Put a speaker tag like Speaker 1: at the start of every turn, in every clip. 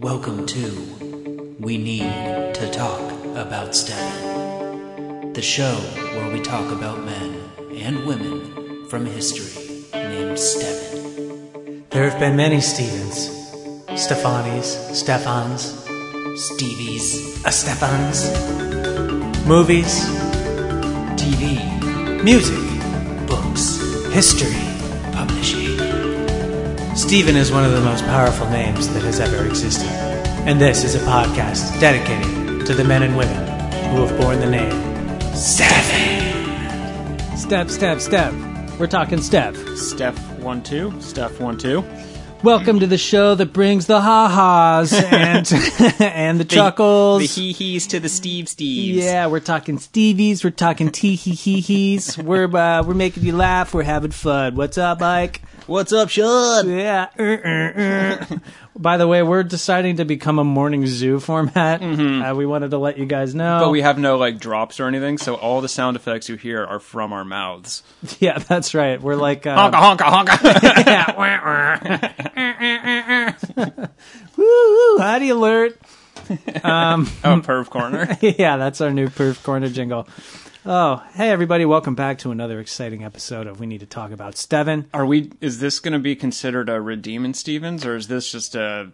Speaker 1: Welcome to We Need to Talk About Stalin, the show where we talk about men and women from history named Steven.
Speaker 2: There have been many Stevens, Stefanis, Stefans,
Speaker 1: Stevies,
Speaker 2: a Stefans, movies,
Speaker 1: TV,
Speaker 2: music,
Speaker 1: books,
Speaker 2: history.
Speaker 1: publishing.
Speaker 2: Stephen is one of the most powerful names that has ever existed. And this is a podcast dedicated to the men and women who have borne the name Stefan. Step, step, step. We're talking step.
Speaker 3: Steph one two, Steph one two.
Speaker 2: Welcome to the show that brings the ha-has and, and the chuckles.
Speaker 3: the hee hees to the Steve Steves.
Speaker 2: Yeah, we're talking Stevies, we're talking tee hee hee hees. We're uh, we're making you laugh, we're having fun. What's up, Mike?
Speaker 3: What's up, Sean?
Speaker 2: Yeah. er, er, er. By the way, we're deciding to become a morning zoo format. Uh, we wanted to let you guys know.
Speaker 3: But we have no like drops or anything, so all the sound effects you hear are from our mouths.
Speaker 2: yeah, that's right. We're like uh,
Speaker 3: Honka honka honka.
Speaker 2: yeah, wah, wah. Woo, woo, howdy alert.
Speaker 3: oh, perv corner.
Speaker 2: yeah, that's our new perf corner jingle. Oh, hey everybody, welcome back to another exciting episode of We Need to Talk About Steven.
Speaker 3: Are we? Is this going to be considered a redeeming Stevens, or is this just a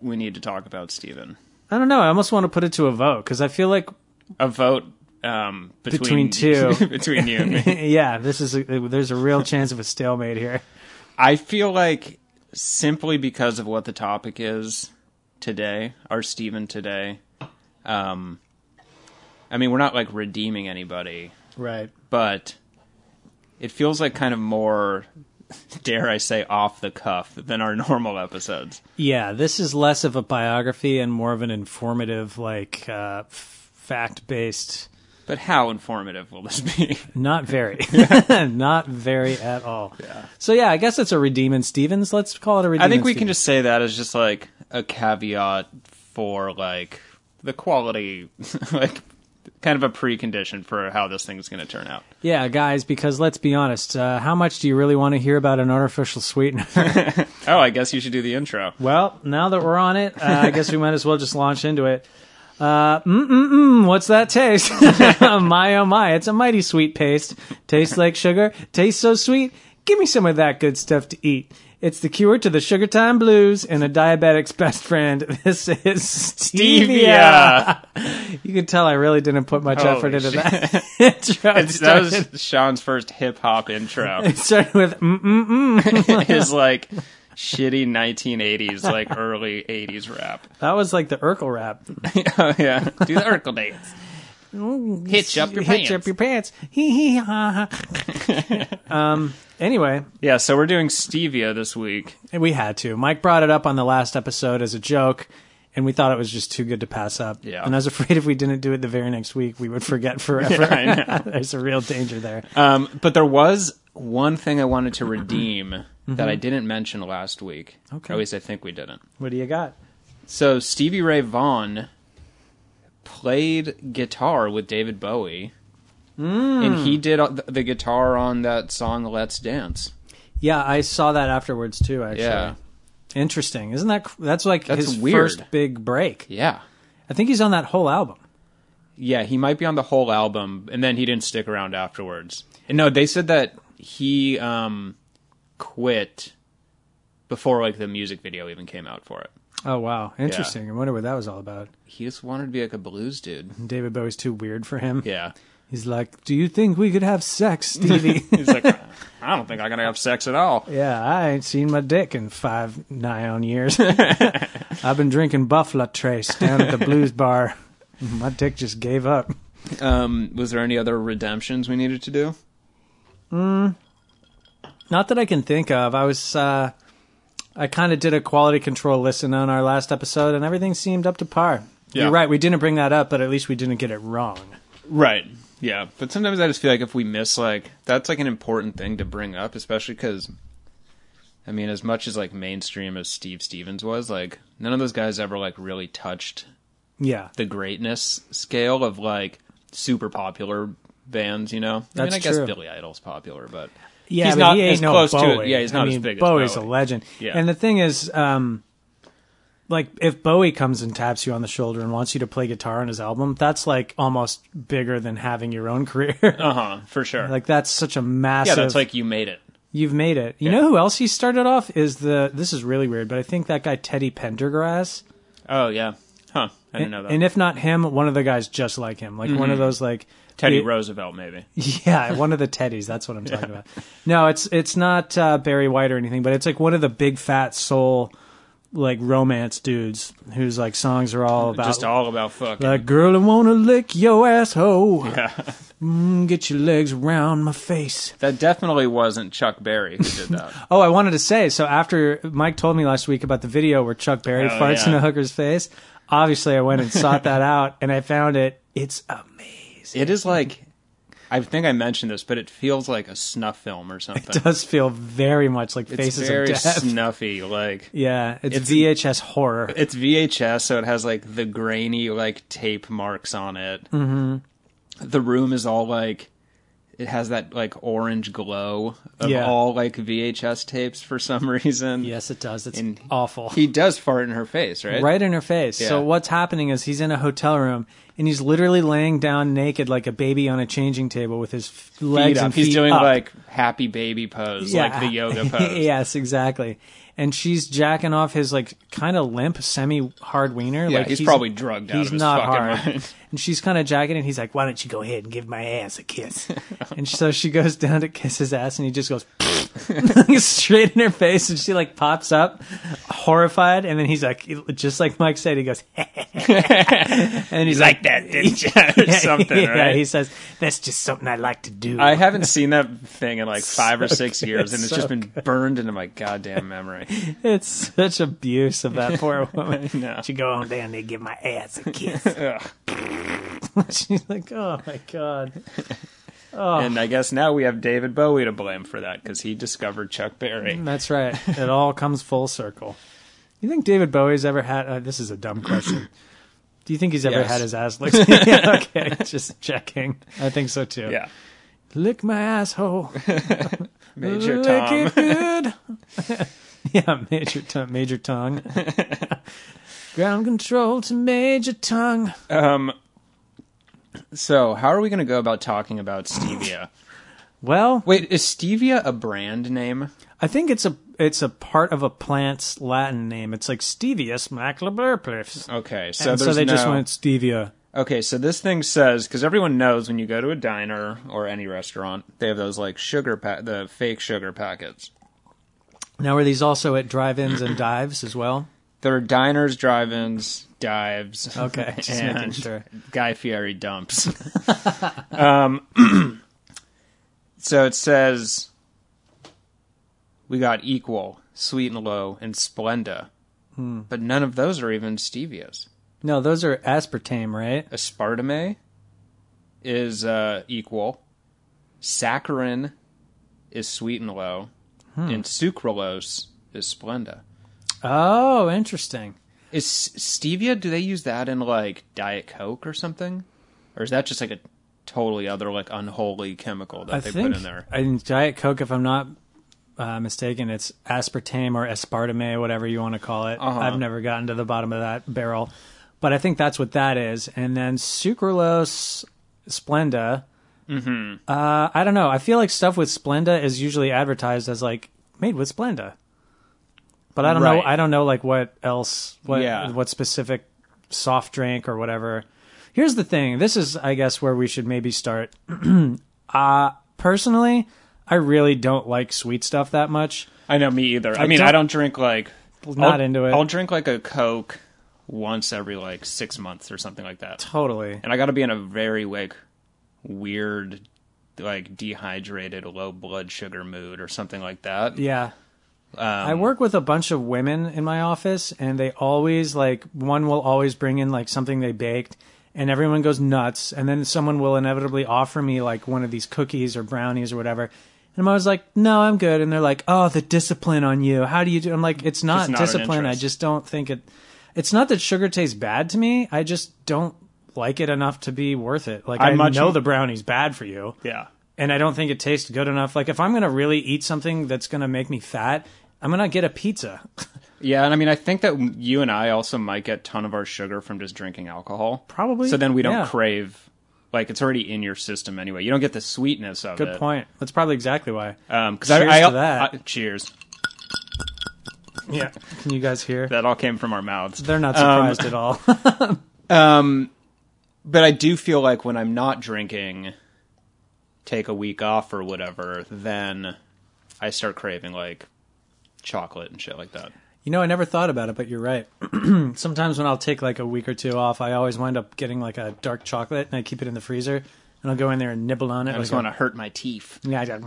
Speaker 3: we need to talk about Steven?
Speaker 2: I don't know. I almost want to put it to a vote because I feel like,
Speaker 3: A vote um,
Speaker 2: Between
Speaker 3: between
Speaker 2: two.
Speaker 3: between you and me.
Speaker 2: yeah, this is a, there's a real chance of a stalemate here.
Speaker 3: I feel like simply because of what the topic is today, our Steven today, um, I mean, we're not like redeeming anybody,
Speaker 2: Right.
Speaker 3: but it feels like kind of more, dare I say, off the cuff than our normal episodes.
Speaker 2: Yeah, this is less of a biography and more of an informative, like uh, f- fact based.
Speaker 3: But how informative will this be?
Speaker 2: Not very, not very at all. Yeah. So yeah, I guess it's a redeeming Stevens. Let's call it a redeeming.
Speaker 3: I think we can
Speaker 2: Stevens.
Speaker 3: just say that as just like a caveat for like the quality, like kind of a precondition for how this thing's going to turn out.
Speaker 2: yeah, guys, because let's be honest, uh, how much do you really want to hear about an artificial sweetener?
Speaker 3: Oh, I guess you should do the intro.
Speaker 2: well, now that we're on it, uh, I guess we might as well just launch into it. Uh, mm mm mm. What's that taste? my oh my! It's a mighty sweet paste. Tastes like sugar. Tastes so sweet. Give me some of that good stuff to eat. It's the cure to the sugar time blues and a diabetic's best friend. This is stevia.
Speaker 3: Stevia.
Speaker 2: You can tell I really didn't put much
Speaker 3: Holy
Speaker 2: effort into that intro. It
Speaker 3: that
Speaker 2: started,
Speaker 3: was Sean's first hip hop intro.
Speaker 2: it started with mm mm mm.
Speaker 3: His like shitty 1980s, like early 80s rap.
Speaker 2: That was like the Urkel rap.
Speaker 3: oh yeah, do the Urkel dance. Hitch up your
Speaker 2: Hitch
Speaker 3: pants.
Speaker 2: up your pants. Hee hee ha ha. um. Anyway,
Speaker 3: yeah, so we're doing stevia this week.
Speaker 2: And we had to. Mike brought it up on the last episode as a joke, and we thought it was just too good to pass up.
Speaker 3: Yeah.
Speaker 2: And I was afraid if we didn't do it the very next week, we would forget forever.
Speaker 3: I know.
Speaker 2: There's a real danger there.
Speaker 3: Um, but there was one thing I wanted to redeem that I didn't mention last week.
Speaker 2: Mm-hmm. Okay.
Speaker 3: At least I think we didn't.
Speaker 2: What do you got?
Speaker 3: So Stevie Ray Vaughan played guitar with David Bowie,
Speaker 2: Mm.
Speaker 3: and he did uh, th- the guitar on that song "Let's Dance."
Speaker 2: Yeah, I saw that afterwards too. Actually,
Speaker 3: Yeah,
Speaker 2: interesting. Isn't that cr- that's like
Speaker 3: That's
Speaker 2: his
Speaker 3: weird.
Speaker 2: first big break?
Speaker 3: yeah,
Speaker 2: I think he's on that whole album.
Speaker 3: yeah. He might be on the whole album, and then he didn't stick around afterwards. And no, they said that he um, quit before like the music video even came out for it.
Speaker 2: Oh wow, interesting. I wonder what that was all about.
Speaker 3: He just wanted to be like a blues dude.
Speaker 2: David Bowie's too weird for him.
Speaker 3: Yeah.
Speaker 2: He's like, "Do you think we could have sex, Stevie?"
Speaker 3: He's like, I don't think I'm gonna have sex at all.
Speaker 2: Yeah, I ain't seen my dick in five nigh on years. I've been drinking Buffalo Trace down at the blues bar. My dick just gave up.
Speaker 3: Um, was there any other redemptions we needed to do?
Speaker 2: Not that I can think of. I was, uh, I kind of did a quality control listen on our last episode, and everything seemed up to par.
Speaker 3: Yeah.
Speaker 2: You're right. We didn't bring that up, but at least we didn't get it wrong.
Speaker 3: Right. Yeah. But sometimes I just feel like if we miss, like, that's like an important thing to bring up, especially because, I mean, as much as like mainstream as Steve Stevens was, like, none of those guys ever like really touched
Speaker 2: Yeah,
Speaker 3: the greatness scale of like super popular bands, you know? I
Speaker 2: That's
Speaker 3: mean, I
Speaker 2: true.
Speaker 3: guess Billy Idol's popular, but
Speaker 2: yeah,
Speaker 3: he's
Speaker 2: but
Speaker 3: not
Speaker 2: he ain't
Speaker 3: as
Speaker 2: no
Speaker 3: close to it.
Speaker 2: Bowie.
Speaker 3: Yeah, he's not
Speaker 2: I
Speaker 3: as
Speaker 2: mean,
Speaker 3: big as
Speaker 2: Bowie's
Speaker 3: Bowie.
Speaker 2: a legend.
Speaker 3: Yeah.
Speaker 2: And the thing is, um, like if Bowie comes and taps you on the shoulder and wants you to play guitar on his album, that's like almost bigger than having your own career.
Speaker 3: Uh huh. For sure.
Speaker 2: Uh-huh, like that's such a massive.
Speaker 3: yeah, that's like you made it.
Speaker 2: You've made it. You
Speaker 3: Yeah.
Speaker 2: know who else he started off is the. This is really weird, but I think that guy Teddy Pendergrass.
Speaker 3: Oh yeah. Huh. I didn't know that. Mm-hmm.
Speaker 2: And if not him, one of the guys just like him, like one of those like
Speaker 3: Teddy
Speaker 2: the-
Speaker 3: Roosevelt, maybe.
Speaker 2: Yeah, one of the teddies. That's what I'm talking about. No, it's it's not uh, Barry White or anything, but it's like one of the big fat soul like romance dudes whose like songs are all about
Speaker 3: Just all about fucking.
Speaker 2: like girl I wanna lick your asshole. Mm, get your legs around my face.
Speaker 3: that definitely wasn't Chuck Berry who did that.
Speaker 2: Oh, I wanted to say so after Mike told me last week about the video where Chuck Berry
Speaker 3: Oh,
Speaker 2: farts
Speaker 3: yeah.
Speaker 2: in a hooker's face, obviously I went and sought that out and I found it. It's amazing.
Speaker 3: it is like, I think I mentioned this, but it feels like a snuff film or something.
Speaker 2: It does feel very much like
Speaker 3: It's
Speaker 2: faces
Speaker 3: very
Speaker 2: of death.
Speaker 3: snuffy. Like
Speaker 2: yeah, it's,
Speaker 3: It's-
Speaker 2: VHS horror.
Speaker 3: it's VHS, so it has like the grainy like tape marks on it. Mm-hmm. The room is all like it has that like orange glow of
Speaker 2: Yeah.
Speaker 3: all like VHS tapes for some reason.
Speaker 2: Yes, it does. It's
Speaker 3: And
Speaker 2: awful.
Speaker 3: He does fart in her face, right?
Speaker 2: right in her face. So
Speaker 3: Yeah.
Speaker 2: what's happening is he's in a hotel room and he's literally laying down naked like a baby on a changing table with his f- legs
Speaker 3: Feet up.
Speaker 2: and
Speaker 3: He's
Speaker 2: feet
Speaker 3: doing
Speaker 2: up.
Speaker 3: like happy baby pose, like the yoga pose.
Speaker 2: yes, exactly. And she's jacking off his like kind of limp, semi hard wiener.
Speaker 3: Yeah,
Speaker 2: like
Speaker 3: he's probably drugged out
Speaker 2: He's
Speaker 3: of his
Speaker 2: not
Speaker 3: fucking
Speaker 2: hard.
Speaker 3: mind.
Speaker 2: And she's kind of jacking, and he's like, "Why don't you go ahead and give my ass a kiss?" and so she goes down to kiss his ass, and he just goes straight in her face, and she like pops up, horrified. And then he's like, just like Mike said, he goes, and he's like,
Speaker 3: that, didn't you? or something,
Speaker 2: yeah,
Speaker 3: right?
Speaker 2: he says, "That's just something I like to do."
Speaker 3: I haven't seen that thing in like five or six years, and
Speaker 2: It's
Speaker 3: it's
Speaker 2: so
Speaker 3: just been burned into my goddamn memory.
Speaker 2: It's such abuse of that poor woman.
Speaker 3: know.
Speaker 2: She go on down there and give my ass a kiss. She's like, oh my god.
Speaker 3: And I guess now we have David Bowie to blame for that because he discovered Chuck Berry.
Speaker 2: That's right. It all comes full circle. You think David Bowie's ever had? Uh, this is a dumb question. Do you think he's ever
Speaker 3: Yes.
Speaker 2: had his ass licked? Yeah, okay, just checking. I think so too.
Speaker 3: Yeah,
Speaker 2: Lick my asshole.
Speaker 3: Major
Speaker 2: Lick
Speaker 3: Tom.
Speaker 2: it good. yeah, major tongue. Major tongue. Ground control to major tongue.
Speaker 3: Um, so how are we going to go about talking about stevia?
Speaker 2: Well,
Speaker 3: Wait, is stevia a brand name?
Speaker 2: I think it's a it's a part of a plant's Latin name. It's like Stevia maculaburplifs.
Speaker 3: Okay, so
Speaker 2: And so
Speaker 3: there's
Speaker 2: they just
Speaker 3: no-
Speaker 2: went Stevia.
Speaker 3: Okay, so this thing says because everyone knows when you go to a diner or any restaurant, they have those like sugar pa- the fake sugar packets.
Speaker 2: Now are these also at drive-ins and dives as well?
Speaker 3: There are diners, drive-ins, dives.
Speaker 2: Okay, just making
Speaker 3: and
Speaker 2: sure.
Speaker 3: Guy Fieri dumps. um, so it says we got equal, sweet and low, and Splenda, but none of those are even stevias.
Speaker 2: No, those are aspartame, right?
Speaker 3: Aspartame is uh, equal. Saccharin is sweet and low, and sucralose is Splenda.
Speaker 2: Oh, interesting.
Speaker 3: Is stevia? Do they use that in like Diet Coke or something, or is that just like a totally other like unholy chemical that
Speaker 2: I
Speaker 3: they
Speaker 2: think
Speaker 3: put in there?
Speaker 2: in Diet Coke, if I'm not uh, mistaken, it's aspartame or aspartame, whatever you want to call it.
Speaker 3: Uh-huh.
Speaker 2: I've never gotten to the bottom of that barrel, but I think that's what that is. And then sucralose, Splenda. Mm-hmm. Uh, I don't know. I feel like stuff with Splenda is usually advertised as like made with Splenda, but I don't know.
Speaker 3: Right.
Speaker 2: I don't know like what else, what
Speaker 3: Yeah.
Speaker 2: what specific soft drink or whatever. Here's the thing. This is, I guess, where we should maybe start Uh, personally, I really don't like sweet stuff that much.
Speaker 3: I know me either. I, mean,
Speaker 2: don't-
Speaker 3: I don't drink like
Speaker 2: Not
Speaker 3: I'll-
Speaker 2: into it.
Speaker 3: I'll drink like a Coke once every like six months or something like that,
Speaker 2: Totally.
Speaker 3: and I got to be in a very like weird, like dehydrated, low blood sugar mood or something like that.
Speaker 2: Yeah. I work with a bunch of women in my office, and they always like one will always bring in like something they baked, and everyone goes nuts. And then someone will inevitably offer me like one of these cookies or brownies or whatever. And I'm always like, no, I'm good. And they're like, oh, the discipline on you. How do you do? I'm like, it's not,
Speaker 3: Just not an
Speaker 2: discipline. I
Speaker 3: interest.
Speaker 2: just don't think it. It's not that sugar tastes bad to me. I just don't like it enough to be worth it. Like I,
Speaker 3: I'm much-
Speaker 2: know the brownie's bad for you.
Speaker 3: Yeah.
Speaker 2: and I don't think it tastes good enough. Like if I'm gonna really eat something that's gonna make me fat, I'm gonna get a pizza.
Speaker 3: Yeah, and I mean, I think that you and I also might get a ton of our sugar from just drinking alcohol.
Speaker 2: Probably,
Speaker 3: So then we don't
Speaker 2: yeah.
Speaker 3: crave, like, it's already in your system anyway. You don't get the sweetness of it.
Speaker 2: Good point. That's probably exactly why.
Speaker 3: Um, cause I-
Speaker 2: Cheers
Speaker 3: I,
Speaker 2: to that.
Speaker 3: I- cheers.
Speaker 2: yeah. Can you guys hear?
Speaker 3: That Um, all came from our mouths.
Speaker 2: They're not surprised at all.
Speaker 3: But I do feel like when I'm not drinking, take a week off or whatever, then I start craving, like, chocolate and shit like that.
Speaker 2: You know, I never thought about it, but you're right. Sometimes when I'll take like a week or two off, I always wind up getting like a dark chocolate and I keep it in the freezer and I'll go in there and nibble on it.
Speaker 3: I
Speaker 2: like
Speaker 3: just
Speaker 2: a-
Speaker 3: want to hurt my teeth.
Speaker 2: Yeah, I just-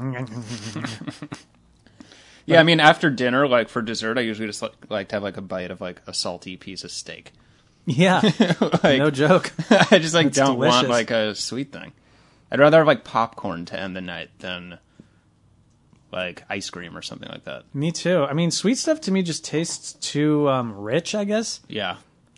Speaker 3: Yeah, I mean, after dinner, like, for dessert, I usually just like, like to have, like, a bite of, like, a salty piece of steak.
Speaker 2: yeah,
Speaker 3: Like,
Speaker 2: no joke.
Speaker 3: I just like don't want
Speaker 2: delicious.
Speaker 3: like a sweet thing. I'd rather have like popcorn to end the night than like ice cream or something like that.
Speaker 2: me too. I mean, sweet stuff to me just tastes too um, rich, I guess.
Speaker 3: Yeah.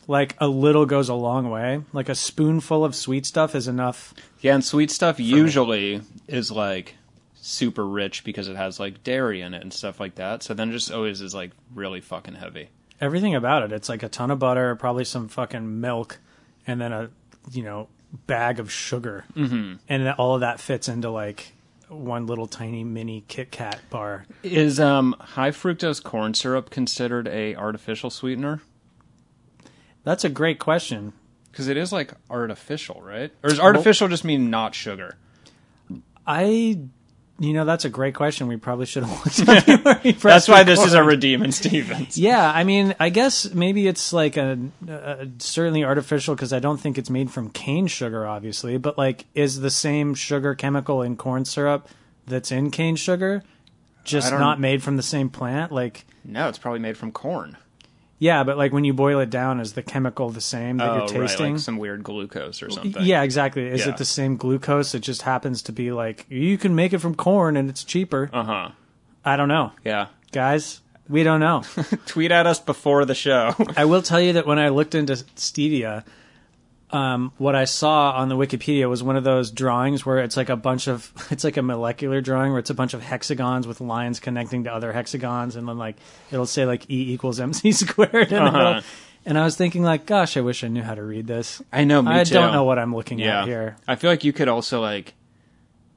Speaker 2: Like a little goes a long way. Like a spoonful of sweet stuff is enough.
Speaker 3: Yeah, and sweet stuff usually is like super rich because it has like dairy in it and stuff like that. So then it just always is like really fucking heavy.
Speaker 2: Everything about it, it's like a ton of butter, probably some fucking milk, and then a you know bag of sugar, mm-hmm. and then all of that fits into like one little tiny mini Kit Kat bar.
Speaker 3: Is um high fructose corn syrup considered a artificial sweetener?
Speaker 2: That's a great question.
Speaker 3: Because it is like artificial, right? Or does artificial just mean not sugar?
Speaker 2: I. You know, that's a great question. We probably should have looked at it. when we
Speaker 3: That's
Speaker 2: pressed
Speaker 3: why this is a
Speaker 2: record.
Speaker 3: redeem in Stevens.
Speaker 2: Yeah, I mean, I guess maybe it's like a, a certainly artificial because I don't think it's made from cane sugar, obviously. But like, is the same sugar chemical in corn syrup that's in cane sugar
Speaker 3: I
Speaker 2: just
Speaker 3: don't-
Speaker 2: not made from the same plant? Like,
Speaker 3: No, it's probably made from corn.
Speaker 2: yeah, but like when you boil it down, is the chemical the same that you're
Speaker 3: Oh,
Speaker 2: tasting?
Speaker 3: Right, like some weird glucose or something.
Speaker 2: yeah, exactly. Is
Speaker 3: Yeah.
Speaker 2: it the same glucose? It just happens to be like you can make it from corn and it's cheaper.
Speaker 3: Uh huh.
Speaker 2: I don't know,
Speaker 3: Yeah.
Speaker 2: guys. We don't know.
Speaker 3: Tweet at us before the show.
Speaker 2: I will tell you that when I looked into Stevia, um, what I saw on the Wikipedia was one of those drawings where it's like a bunch of it's like a molecular drawing where it's a bunch of hexagons with lines connecting to other hexagons, and then like it'll say like E equals mc squared. In the middle.
Speaker 3: Uh-huh.
Speaker 2: And I was thinking like, gosh, I wish I knew how to read this.
Speaker 3: I know. Me
Speaker 2: I
Speaker 3: too.
Speaker 2: don't know what I'm looking
Speaker 3: Yeah.
Speaker 2: at here.
Speaker 3: I feel like you could also like,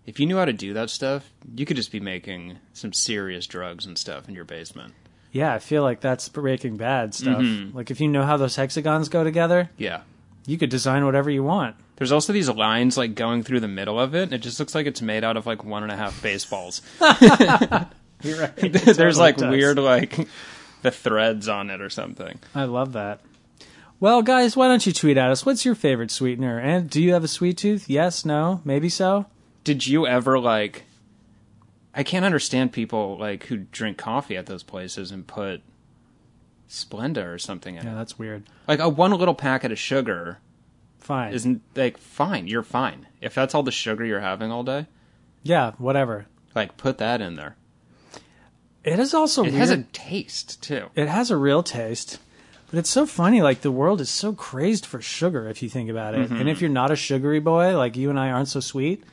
Speaker 3: if you knew how to do that stuff, you could just be making some serious drugs and stuff in your basement.
Speaker 2: Yeah, I feel like that's Breaking Bad stuff.
Speaker 3: Mm-hmm.
Speaker 2: Like if you know how those hexagons go together,
Speaker 3: Yeah.
Speaker 2: you could design whatever you want.
Speaker 3: There's also these lines like going through the middle of it, and it just looks like it's made out of like one and a half baseballs.
Speaker 2: You're right.
Speaker 3: There's like weird like the threads on it or something.
Speaker 2: I love that. Well, guys, why don't you tweet at us? What's your favorite sweetener? And do you have a sweet tooth? Yes, no, maybe so.
Speaker 3: did you ever like I can't understand people like who drink coffee at those places and put Splenda or something in
Speaker 2: Yeah,
Speaker 3: it.
Speaker 2: that's weird.
Speaker 3: Like a one little packet of sugar
Speaker 2: Fine.
Speaker 3: isn't like fine, you're fine. If that's all the sugar you're having all day,
Speaker 2: yeah, whatever.
Speaker 3: like put that in there.
Speaker 2: It is also
Speaker 3: It
Speaker 2: weird.
Speaker 3: has a taste too.
Speaker 2: it has a real taste, but it's so funny. Like the world is so crazed for sugar if you think about
Speaker 3: Mm-hmm.
Speaker 2: it. And if you're not a sugary boy, like you and I aren't so sweet.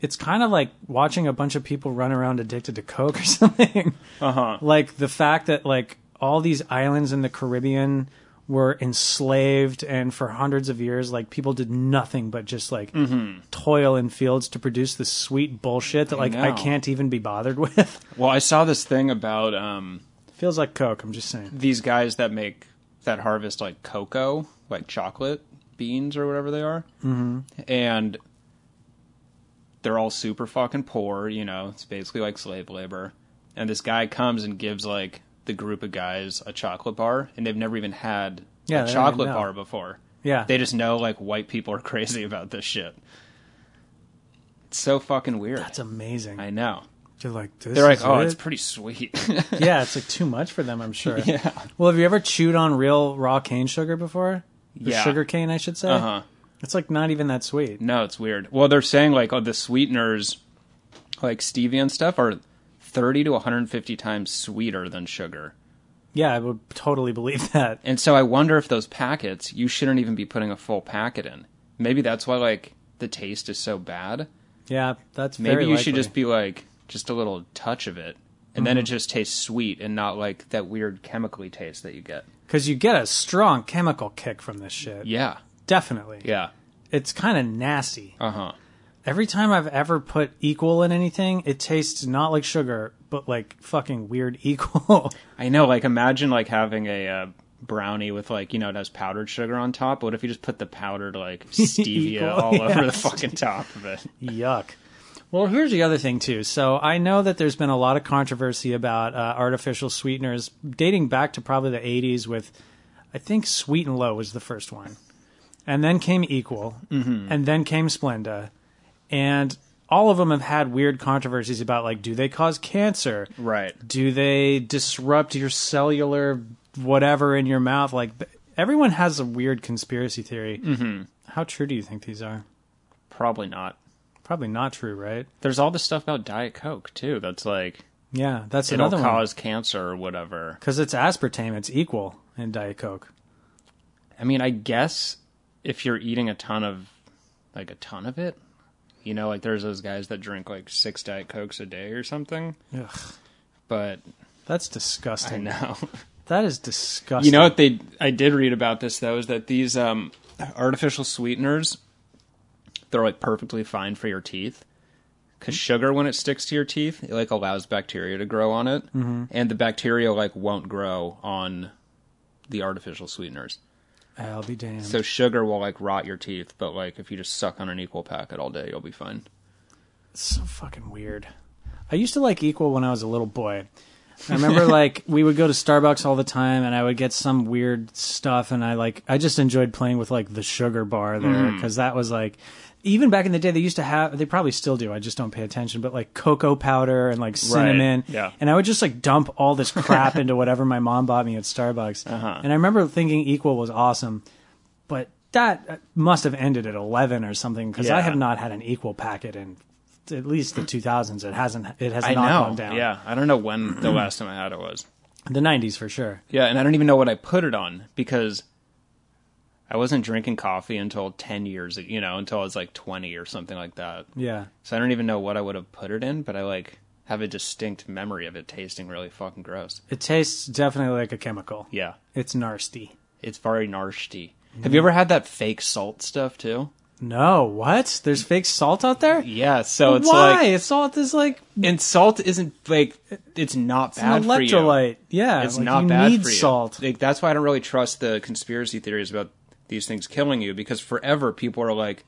Speaker 2: It's kind of like watching a bunch of people run around addicted to coke or something.
Speaker 3: Uh-huh.
Speaker 2: like the fact that like all these islands in the Caribbean were enslaved and for hundreds of years like people did nothing but just like
Speaker 3: Mm-hmm.
Speaker 2: toil in fields to produce this sweet bullshit that like I,
Speaker 3: know.
Speaker 2: can't even be bothered with.
Speaker 3: Well, I saw this thing about um
Speaker 2: Feels like coke, I'm just saying.
Speaker 3: these guys that make that harvest like cocoa, like chocolate beans or whatever they are, mm-hmm. and they're all super fucking poor. You know, it's basically like slave labor. And this guy comes and gives like the group of guys a chocolate bar, and they've never even had
Speaker 2: Yeah,
Speaker 3: a
Speaker 2: they don't even
Speaker 3: chocolate
Speaker 2: know.
Speaker 3: bar before.
Speaker 2: Yeah.
Speaker 3: They just know like white people are crazy about this shit. It's so fucking weird.
Speaker 2: That's amazing.
Speaker 3: I know.
Speaker 2: They're like this
Speaker 3: They're like,
Speaker 2: is
Speaker 3: oh,
Speaker 2: it?
Speaker 3: it's pretty sweet.
Speaker 2: yeah, it's like too much for them, I'm sure. yeah. Well, have you ever chewed on real raw cane sugar before? Or
Speaker 3: Yeah.
Speaker 2: Sugar cane, I should say.
Speaker 3: uh huh.
Speaker 2: It's like not even that sweet.
Speaker 3: No, it's weird. Well, they're saying like oh, the sweeteners, like stevia and stuff, are thirty to one hundred and fifty times sweeter than sugar.
Speaker 2: Yeah, I would totally believe that.
Speaker 3: And so I wonder if those packets you shouldn't even be putting a full packet in. Maybe that's why like the taste is so bad
Speaker 2: Yeah, that's
Speaker 3: Maybe
Speaker 2: very
Speaker 3: you
Speaker 2: likely.
Speaker 3: should
Speaker 2: Mm-hmm.
Speaker 3: just be like just a little touch of it, and then it just tastes sweet and not like that weird chemically taste that you get.
Speaker 2: because you get a strong chemical kick from this shit.
Speaker 3: Yeah,
Speaker 2: Definitely,
Speaker 3: yeah,
Speaker 2: it's kind of nasty.
Speaker 3: uh huh.
Speaker 2: Every time I've ever put equal in anything, it tastes not like sugar, but like fucking weird equal.
Speaker 3: I know. Like imagine like having a uh, brownie with like you know it has powdered sugar on top. What if you just put the powdered like
Speaker 2: Equal,
Speaker 3: stevia all over
Speaker 2: yeah.
Speaker 3: the fucking top of it?
Speaker 2: Yuck. Well, here's the other thing too. So I know that there's been a lot of controversy about uh, artificial sweeteners dating back to probably the 80s. With I think Sweet and Low was the first one, and then came Equal, and then came Splenda, and all of them have had weird controversies about like do they cause cancer?
Speaker 3: Right.
Speaker 2: Do they disrupt your cellular whatever in your mouth? Like th- everyone has a weird conspiracy theory. Mm-hmm. How true do you think these are?
Speaker 3: Probably not.
Speaker 2: Probably not true, right?
Speaker 3: There's all this stuff about Diet Coke too. That's like
Speaker 2: Yeah, that's
Speaker 3: it'll
Speaker 2: another one.
Speaker 3: cause cancer or whatever.
Speaker 2: Because it's aspartame, it's equal in Diet Coke.
Speaker 3: I mean, I guess if you're eating a ton of, like a ton of it, you know, like there's those guys that drink like six Diet Cokes a day or something.
Speaker 2: Ugh,
Speaker 3: But
Speaker 2: that's
Speaker 3: I
Speaker 2: disgusting.
Speaker 3: know,
Speaker 2: That is disgusting.
Speaker 3: you know what they? I did read about this though. Is that these um, artificial sweeteners? They're like perfectly fine for your teeth. Because sugar, when it sticks to your teeth, it like allows bacteria to grow on it, mm-hmm. and the bacteria like won't grow on the artificial sweeteners.
Speaker 2: I'll be damned.
Speaker 3: So sugar will like rot your teeth, but like if you just suck on an equal packet all day, you'll be fine.
Speaker 2: It's so fucking weird. I used to like Equal when I was a little boy. I remember like we would go to Starbucks all the time and I would get some weird stuff and I like I just enjoyed playing with like the sugar bar there cuz that was like even back in the day they used to have they probably still do I just don't pay attention but like cocoa powder and like cinnamon
Speaker 3: yeah.
Speaker 2: and I would just like dump all this crap into whatever my mom bought me at Starbucks and I remember thinking Equal was awesome but that uh, must have ended at 11 or something because I
Speaker 3: Yeah.
Speaker 2: have not had an equal packet in at least the 2000s. It hasn't. It has
Speaker 3: I
Speaker 2: not
Speaker 3: know.
Speaker 2: gone down.
Speaker 3: Yeah, I don't know when the last time I had it was.
Speaker 2: the 90s for sure.
Speaker 3: Yeah, and I don't even know what I put it on because I wasn't drinking coffee until 10 years, you know, until I was like 20 or something like that.
Speaker 2: Yeah,
Speaker 3: So I don't even know what I would have put it in, but I like have a distinct memory of it tasting really fucking gross.
Speaker 2: it tastes definitely like a chemical.
Speaker 3: Yeah.
Speaker 2: It's nasty.
Speaker 3: It's very nasty. Have you ever had that fake salt stuff too?
Speaker 2: No, what? There's fake salt out there.
Speaker 3: Yeah, so it's
Speaker 2: Why?
Speaker 3: like
Speaker 2: salt is like
Speaker 3: and salt isn't like it's not
Speaker 2: an
Speaker 3: bad for you.
Speaker 2: electrolyte. Yeah,
Speaker 3: it's
Speaker 2: like,
Speaker 3: not
Speaker 2: you
Speaker 3: bad
Speaker 2: need
Speaker 3: for you.
Speaker 2: salt.
Speaker 3: Like that's why I don't really trust the conspiracy theories about these things killing you because forever people are like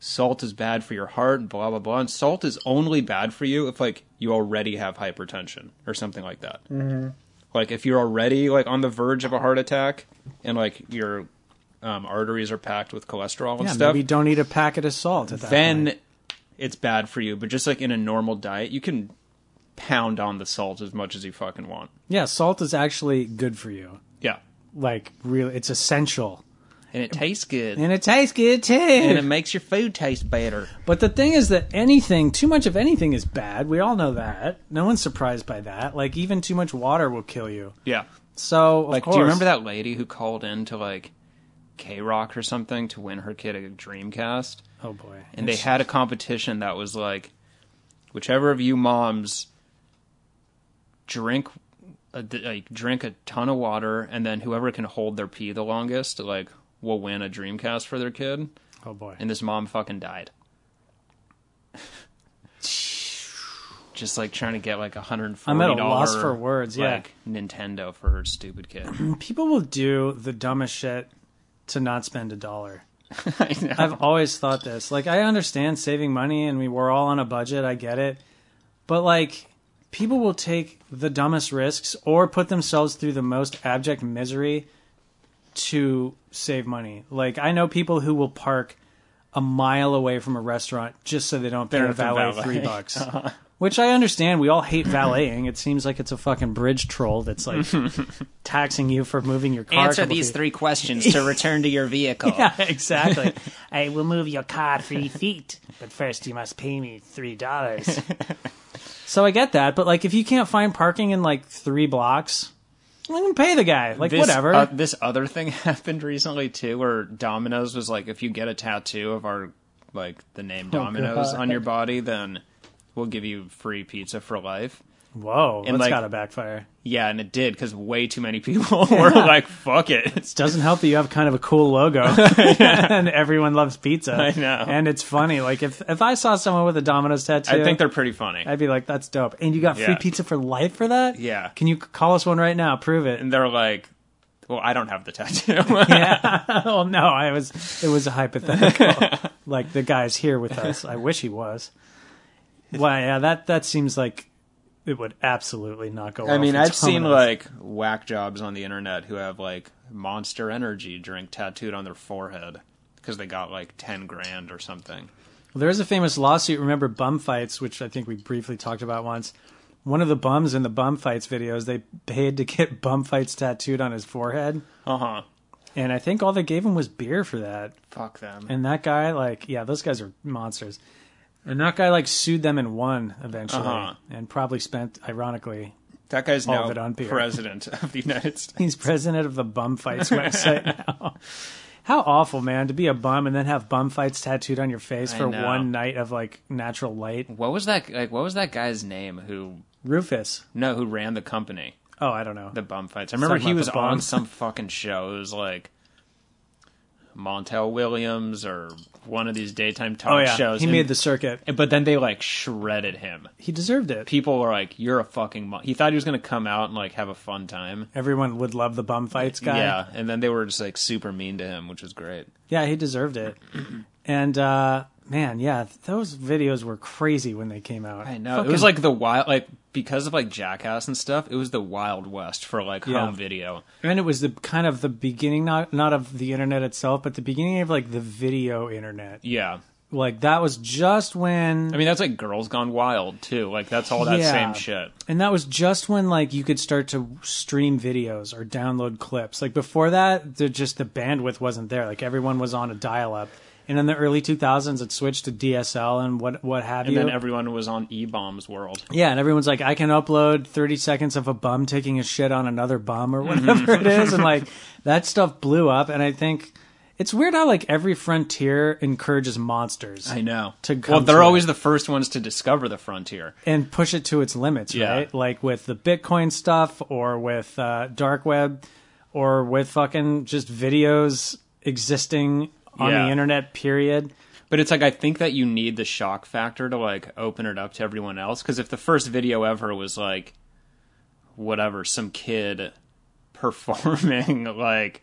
Speaker 3: salt is bad for your heart and blah blah blah and salt is only bad for you if like you already have hypertension or something like that. Mm-hmm. Like if you're already like on the verge of a heart attack and like your um, arteries are packed with cholesterol and
Speaker 2: Yeah,
Speaker 3: stuff,
Speaker 2: maybe don't eat a packet of salt at that.
Speaker 3: then
Speaker 2: point.
Speaker 3: it's bad for you. But just like in a normal diet, you can pound on the salt as much as you fucking want.
Speaker 2: yeah, salt is actually good for you.
Speaker 3: Yeah.
Speaker 2: Like, really, it's essential,
Speaker 3: And it tastes good.
Speaker 2: and it tastes good too.
Speaker 3: and it makes your food taste better.
Speaker 2: But the thing is that anything, too much of anything is bad. We all know that. No one's surprised by that. Like even too much water will kill you.
Speaker 3: Yeah.
Speaker 2: So of
Speaker 3: Like,
Speaker 2: course,
Speaker 3: do you remember that lady who called in to like K Rock or something to win her kid a Dreamcast?
Speaker 2: Oh boy.
Speaker 3: And they had a competition that was like, whichever of you moms drink. A, like drink a ton of water, and then whoever can hold their pee the longest, like, will win a Dreamcast for their kid.
Speaker 2: Oh boy.
Speaker 3: And this mom fucking died. Just like trying to get like a hundred and
Speaker 2: I'm
Speaker 3: forty
Speaker 2: at a loss for words, yeah.
Speaker 3: like, Nintendo for her stupid kid.
Speaker 2: People will do the dumbest shit to not spend a dollar.
Speaker 3: I know.
Speaker 2: I've always thought this. Like I understand saving money and we were all on a budget, I get it. But like people will take the dumbest risks or put themselves through the most abject misery to save money. Like I know people who will park a mile away from a restaurant just so they don't pay
Speaker 3: They're
Speaker 2: a
Speaker 3: the
Speaker 2: valet,
Speaker 3: valet. Uh-huh.
Speaker 2: three bucks. Which I understand. We all hate valeting. It seems like it's a fucking bridge troll that's like taxing you for moving your car. a couple feet.
Speaker 3: three questions to return to your vehicle.
Speaker 2: Yeah, exactly.
Speaker 4: I will move your car three feet, but first you must pay me three dollars.
Speaker 2: So I get that, but like if you can't find parking in like three blocks, well, then pay the guy. Like
Speaker 3: This,
Speaker 2: whatever.
Speaker 3: uh, this other thing happened recently too, where Domino's was like, if you get a tattoo of our
Speaker 4: like the name
Speaker 2: Oh,
Speaker 4: Domino's
Speaker 2: God.
Speaker 4: on your body, then we'll give you free pizza for life.
Speaker 2: Whoa,
Speaker 4: And,
Speaker 2: that's
Speaker 4: like-
Speaker 2: gotta backfire.
Speaker 4: Yeah, and it did because way too many people were like, "Fuck it."
Speaker 2: Doesn't help that you have kind of a cool logo, and everyone loves pizza. I
Speaker 4: know.
Speaker 2: and it's funny. Like if if I saw someone with a Domino's tattoo,
Speaker 4: I think they're pretty funny.
Speaker 2: I'd be like, "That's dope!" And you got free
Speaker 4: Yeah.
Speaker 2: pizza for life for that?
Speaker 4: Yeah.
Speaker 2: Can you call us one right now? Prove it.
Speaker 4: and they're like, "Well, I don't have the tattoo."
Speaker 2: oh no, I was it was a hypothetical. like the guy's here with us. I wish he was. Well, yeah, that that seems like it would absolutely not go.
Speaker 4: I
Speaker 2: well
Speaker 4: mean,
Speaker 2: for
Speaker 4: I've seen
Speaker 2: Domino's.
Speaker 4: like whack jobs on the internet who have like Monster Energy drink tattooed on their forehead because they got like ten grand or something.
Speaker 2: Well, there is a famous lawsuit. Remember bum fights, which I think we briefly talked about once. One of the bums in the bum fights videos, they paid to get bum fights tattooed on his forehead,
Speaker 4: Uh
Speaker 2: Uh-huh.
Speaker 4: huh.
Speaker 2: and I think all they gave him was beer for that.
Speaker 4: Fuck them.
Speaker 2: And that guy, like, yeah, those guys are monsters. And that guy like sued them and won eventually,
Speaker 4: Uh-huh.
Speaker 2: and probably spent, ironically,
Speaker 4: that guy's
Speaker 2: all of
Speaker 4: now
Speaker 2: it on beer.
Speaker 4: president of the United States.
Speaker 2: He's president of the Bum Fights website now. How awful, man, to be a bum and then have bum fights tattooed on your face
Speaker 4: I
Speaker 2: for
Speaker 4: know.
Speaker 2: one night of like natural light.
Speaker 4: What was that like? What was that guy's name who
Speaker 2: Rufus.
Speaker 4: no who ran the company?
Speaker 2: Oh, I don't know.
Speaker 4: the bum fights. I remember
Speaker 2: Talking
Speaker 4: he
Speaker 2: about
Speaker 4: was
Speaker 2: the bum.
Speaker 4: on some fucking show. It was like Montel Williams or one of these daytime talk
Speaker 2: oh yeah,
Speaker 4: shows.
Speaker 2: he
Speaker 4: and-
Speaker 2: made the circuit.
Speaker 4: but then they like shredded him.
Speaker 2: He deserved it.
Speaker 4: People were like, "You're a fucking." Mon-. He thought he was gonna come out and like have a fun time.
Speaker 2: Everyone would love the bum fights guy.
Speaker 4: Yeah, and then they were just like super mean to him, which was great.
Speaker 2: Yeah, he deserved it. And uh man, yeah, th- those videos were crazy when they came out.
Speaker 4: I know it was like the wild, like because of like Jackass and stuff. It was the Wild West for like
Speaker 2: Yeah.
Speaker 4: home video.
Speaker 2: and it was the kind of the beginning not not of the internet itself, but the beginning of like the video internet.
Speaker 4: Yeah,
Speaker 2: Like that was just when
Speaker 4: I mean that's like Girls Gone Wild too. Like that's all that
Speaker 2: Yeah.
Speaker 4: same shit.
Speaker 2: And that was just when like you could start to stream videos or download clips. Like before that, the, just the bandwidth wasn't there. Like everyone was on a dial-up. And in the early 2000s, it switched to DSL and what what have
Speaker 4: And
Speaker 2: you.
Speaker 4: then everyone was on E Bombs World.
Speaker 2: yeah, and everyone's like, I can upload 30 seconds of a bum taking a shit on another bum or
Speaker 4: Mm-hmm.
Speaker 2: whatever it is, and like that stuff blew up. And I think it's weird how like every frontier encourages monsters.
Speaker 4: I know.
Speaker 2: To
Speaker 4: well,
Speaker 2: come
Speaker 4: they're
Speaker 2: to
Speaker 4: always the first ones to discover the frontier.
Speaker 2: and push it to its limits,
Speaker 4: Yeah.
Speaker 2: right? Like with the Bitcoin stuff or with uh, dark web or with fucking just videos existing on
Speaker 4: Yeah.
Speaker 2: the internet, period.
Speaker 4: But it's like I think that you need the shock factor to like open it up to everyone else. Because if the first video ever was like, whatever, some kid performing like,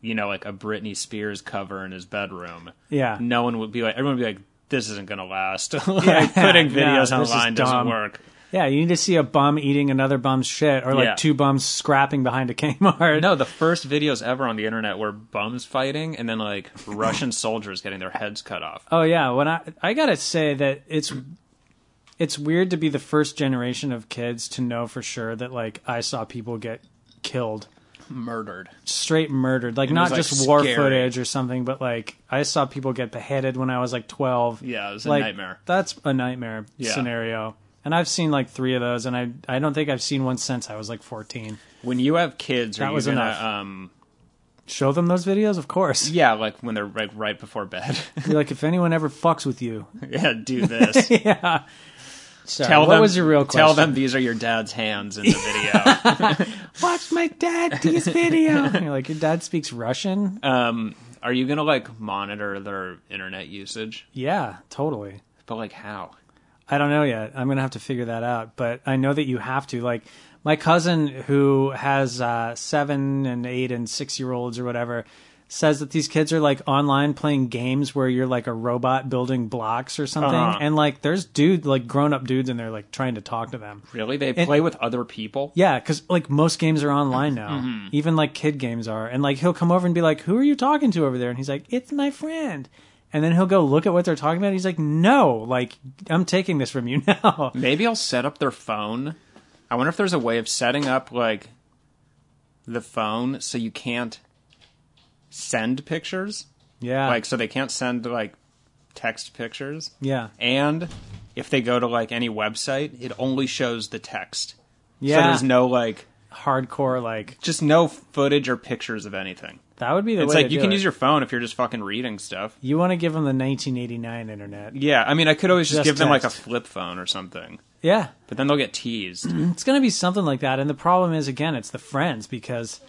Speaker 4: you know, like a Britney Spears cover in his bedroom,
Speaker 2: Yeah.
Speaker 4: no one would be like, everyone would be like, this isn't gonna last. like putting
Speaker 2: No,
Speaker 4: videos
Speaker 2: this is
Speaker 4: online doesn't
Speaker 2: dumb.
Speaker 4: work.
Speaker 2: Yeah, you need to see a bum eating another bum's shit or like
Speaker 4: Yeah.
Speaker 2: two bums scrapping behind a Kmart.
Speaker 4: No, the first videos ever on the internet were bums fighting and then like Russian soldiers getting their heads cut off.
Speaker 2: Oh yeah, when I I gotta say that it's it's weird to be the first generation of kids to know for sure that like I saw people get killed
Speaker 4: Murdered.
Speaker 2: straight murdered like not
Speaker 4: was, like,
Speaker 2: just war
Speaker 4: scary.
Speaker 2: footage or something but like i saw people get beheaded when i was like 12
Speaker 4: Yeah, it was a
Speaker 2: like,
Speaker 4: nightmare.
Speaker 2: that's a nightmare
Speaker 4: Yeah.
Speaker 2: scenario and i've seen like three of those and i i don't think i've seen one since i was like 14
Speaker 4: When you have kids, are
Speaker 2: That
Speaker 4: you
Speaker 2: was
Speaker 4: gonna,
Speaker 2: enough.
Speaker 4: um,
Speaker 2: show them those videos of course
Speaker 4: yeah, like when they're like right before bed.
Speaker 2: Be like if anyone ever fucks with you
Speaker 4: yeah, do this.
Speaker 2: yeah Sorry,
Speaker 4: Tell
Speaker 2: what
Speaker 4: them,
Speaker 2: was your real question
Speaker 4: Tell them these are your dad's hands in the video.
Speaker 2: watch my dad do this video And you're like your dad speaks russian
Speaker 4: um, are you gonna like monitor their internet usage?
Speaker 2: yeah totally
Speaker 4: But like how?
Speaker 2: I don't know yet. I'm gonna have to figure that out. But I know that you have to. Like my cousin who has uh, seven and eight and six year olds or whatever says that these kids are like online playing games where you're like a robot building blocks or something,
Speaker 4: Uh-huh.
Speaker 2: and like there's dude like grown up dudes in there like trying to talk to them.
Speaker 4: Really, they play with other people.
Speaker 2: Yeah, because like most games are online now, even like kid games are. And like he'll come over and be like, "Who are you talking to over there?" And he's like, "It's my friend." And then he'll go look at what they're talking about. And he's like, "No, like I'm taking this from you now."
Speaker 4: Maybe I'll set up their phone. I wonder if there's a way of setting up like the phone so you can't send pictures.
Speaker 2: Yeah,
Speaker 4: Like so they can't send like text pictures.
Speaker 2: Yeah.
Speaker 4: and if they go to like any website, it only shows the text.
Speaker 2: Yeah.
Speaker 4: So there's no like
Speaker 2: hardcore like
Speaker 4: Just no footage or pictures of anything.
Speaker 2: that would be the
Speaker 4: It's
Speaker 2: way
Speaker 4: like
Speaker 2: to
Speaker 4: you
Speaker 2: do
Speaker 4: can
Speaker 2: it.
Speaker 4: use your phone if you're just fucking reading stuff.
Speaker 2: you want to give them the 1989 internet
Speaker 4: Yeah, I mean, I could always just,
Speaker 2: Just
Speaker 4: give them like a
Speaker 2: text.
Speaker 4: flip phone or something,
Speaker 2: yeah
Speaker 4: but then they'll get teased.
Speaker 2: it's going to be something like that and the problem is again it's the friends because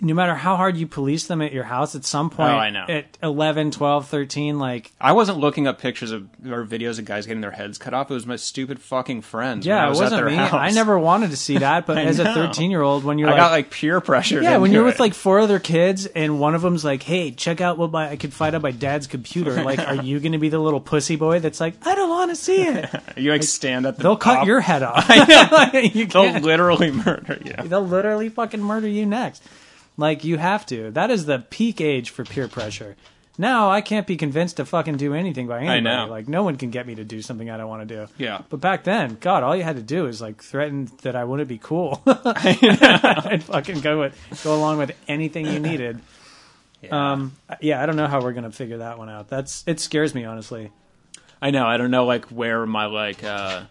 Speaker 2: no matter how hard you police them at your house at some point
Speaker 4: Oh, I know.
Speaker 2: at 11 12 13 like
Speaker 4: I wasn't looking up pictures of or videos of guys getting their heads cut off. It was my stupid fucking friends. when
Speaker 2: yeah
Speaker 4: I
Speaker 2: it
Speaker 4: was at
Speaker 2: wasn't
Speaker 4: their
Speaker 2: me
Speaker 4: house.
Speaker 2: i never wanted to see that but
Speaker 4: I
Speaker 2: as a
Speaker 4: know.
Speaker 2: 13 year old when you're
Speaker 4: I
Speaker 2: like
Speaker 4: got like peer pressure.
Speaker 2: Yeah, when you're with like four other kids and one of them's like, "Hey, check out what my I could find on my dad's computer." Like, are you going to be the little pussy boy that's like, "I don't want to see it."
Speaker 4: you like stand at the
Speaker 2: They'll cut
Speaker 4: op-
Speaker 2: your head off. you
Speaker 4: They'll
Speaker 2: can't.
Speaker 4: literally murder you.
Speaker 2: They'll literally fucking murder you next. Like, you have to. That is the peak age for peer pressure. Now I can't be convinced to fucking do anything by anybody.
Speaker 4: know.
Speaker 2: Like, no one can get me to do something I don't want to do.
Speaker 4: Yeah.
Speaker 2: But back then, God, all you had to do is like threaten that I wouldn't be cool. I'd fucking go with go along with anything you needed. Yeah. Um, yeah, I don't know how we're gonna figure that one out. That's it scares me honestly.
Speaker 4: I know. I don't know like where my like uh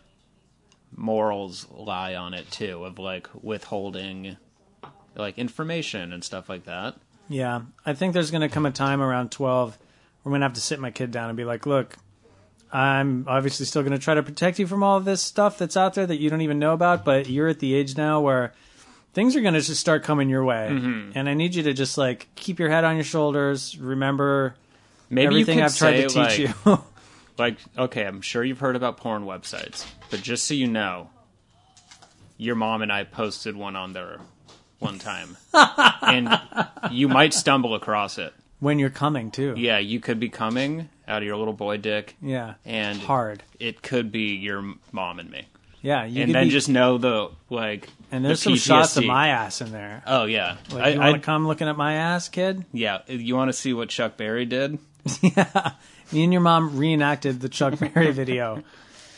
Speaker 4: morals lie on it too of like withholding like information and stuff like that.
Speaker 2: Yeah, I think there's gonna come a time around twelve where I'm gonna have to sit my kid down and be like, look. I'm obviously still going to try to protect you from all this stuff that's out there that you don't even know about, but you're at the age now where things are going to just start coming your way.
Speaker 4: Mm-hmm.
Speaker 2: And I need you to just like keep your head on your shoulders, remember
Speaker 4: Maybe
Speaker 2: everything
Speaker 4: you could
Speaker 2: I've tried to teach
Speaker 4: say, like,
Speaker 2: you.
Speaker 4: like okay i'm sure you've heard about porn websites but just so you know your mom and i posted one on there one time and you might stumble across it
Speaker 2: when you're coming too.
Speaker 4: yeah you could be coming out of your little boy dick
Speaker 2: Yeah.
Speaker 4: and
Speaker 2: hard.
Speaker 4: it could be your m- mom and me
Speaker 2: Yeah, you
Speaker 4: and
Speaker 2: could
Speaker 4: then
Speaker 2: be-
Speaker 4: just know the like
Speaker 2: and
Speaker 4: the
Speaker 2: there's some shots of
Speaker 4: PTSD.
Speaker 2: my ass in there.
Speaker 4: oh yeah
Speaker 2: Like, you
Speaker 4: I,
Speaker 2: want
Speaker 4: I,
Speaker 2: to come looking at my ass, kid?
Speaker 4: yeah you want to see what chuck berry did
Speaker 2: Me and your mom reenacted the Chuck Berry video.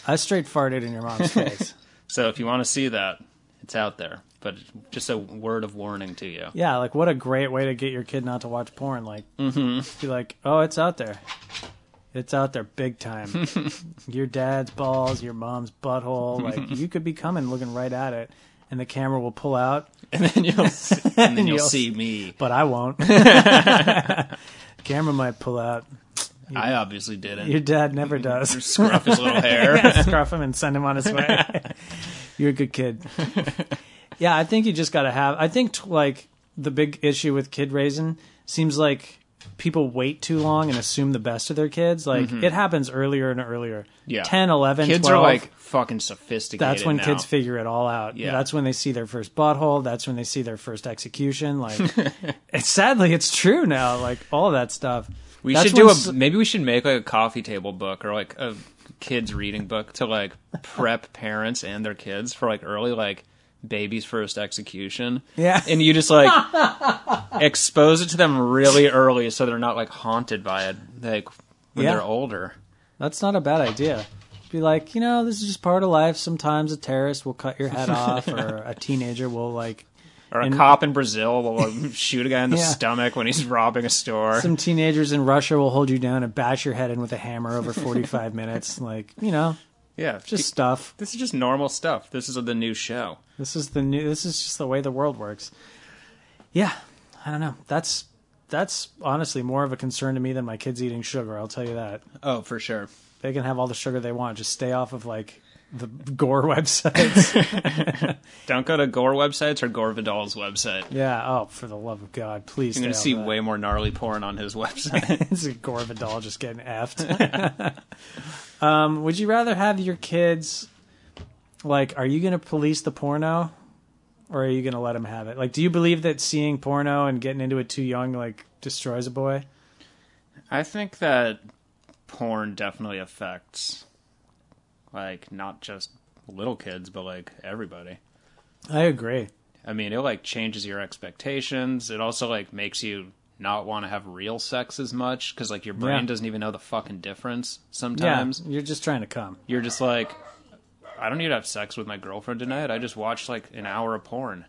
Speaker 2: I straight farted in your mom's face.
Speaker 4: so if you want to see that it's out there but just a word of warning to you
Speaker 2: Yeah, like what a great way to get your kid not to watch porn. Like,
Speaker 4: Mm-hmm.
Speaker 2: be like, oh, it's out there. It's out there big time. your dad's balls, your mom's butthole. Like, you could be coming looking right at it, and the camera will pull out,
Speaker 4: and then you'll see, and then you'll,
Speaker 2: You'll
Speaker 4: see me.
Speaker 2: but I won't. camera might pull out.
Speaker 4: I obviously didn't.
Speaker 2: Your dad never
Speaker 4: Mm-hmm.
Speaker 2: does.
Speaker 4: Scruff his little hair.
Speaker 2: scruff him and send him on his way. You're a good kid. yeah, I think you just got to have. I think t- like the big issue with kid raising seems like people wait too long and assume the best of their kids. Like it happens earlier and earlier.
Speaker 4: Mm-hmm. Yeah.
Speaker 2: 10, 11,
Speaker 4: Kids
Speaker 2: 12.
Speaker 4: are like fucking sophisticated.
Speaker 2: that's when
Speaker 4: now.
Speaker 2: kids figure it all out.
Speaker 4: Yeah.
Speaker 2: That's when they see their first butthole. That's when they see their first execution. Like, it's, sadly, it's true now. Like, all of that stuff.
Speaker 4: We
Speaker 2: That's
Speaker 4: should do
Speaker 2: when
Speaker 4: a.
Speaker 2: s-
Speaker 4: Maybe we should make like a coffee table book or like a kids reading book to like prep parents and their kids for like early like baby's first execution.
Speaker 2: Yeah.
Speaker 4: and you just like expose it to them really early so they're not like haunted by it like when
Speaker 2: Yeah.
Speaker 4: they're older.
Speaker 2: That's not a bad idea. Be like, you know, this is just part of life. Sometimes a terrorist will cut your head off, or a teenager will like
Speaker 4: Or a
Speaker 2: And-
Speaker 4: cop in Brazil will like, shoot a guy in the
Speaker 2: Yeah.
Speaker 4: stomach when he's robbing a store.
Speaker 2: some teenagers in Russia will hold you down and bash your head in with a hammer over forty-five minutes. Like, you know,
Speaker 4: yeah,
Speaker 2: just stuff.
Speaker 4: This is just normal stuff. This is the new show.
Speaker 2: This is the new. This is just the way the world works. Yeah, I don't know. That's that's honestly more of a concern to me than my kids eating sugar. I'll tell you that.
Speaker 4: Oh, for sure.
Speaker 2: They can have all the sugar they want. Just stay off of like the gore websites.
Speaker 4: Don't go to Gore websites or Gore Vidal's website.
Speaker 2: yeah. Oh, for the love of God, please.
Speaker 4: You're going to
Speaker 2: stay
Speaker 4: see
Speaker 2: off of that.
Speaker 4: way more gnarly porn on his website.
Speaker 2: It's a Gore Vidal just getting effed. um, would you rather have your kids, like, are you going to police the porno or are you going to let them have it? Like, do you believe that seeing porno and getting into it too young, like, destroys a boy?
Speaker 4: I think that porn definitely affects, like, not just little kids, but, like, everybody.
Speaker 2: I agree.
Speaker 4: I mean, it, like, changes your expectations. It also, like, makes you not want to have real sex as much because, like, your brain
Speaker 2: Yeah.
Speaker 4: doesn't even know the fucking difference
Speaker 2: Yeah.
Speaker 4: sometimes.
Speaker 2: You're just trying to come.
Speaker 4: You're just like, I don't need to have sex with my girlfriend tonight. I just watched, like, an hour of porn.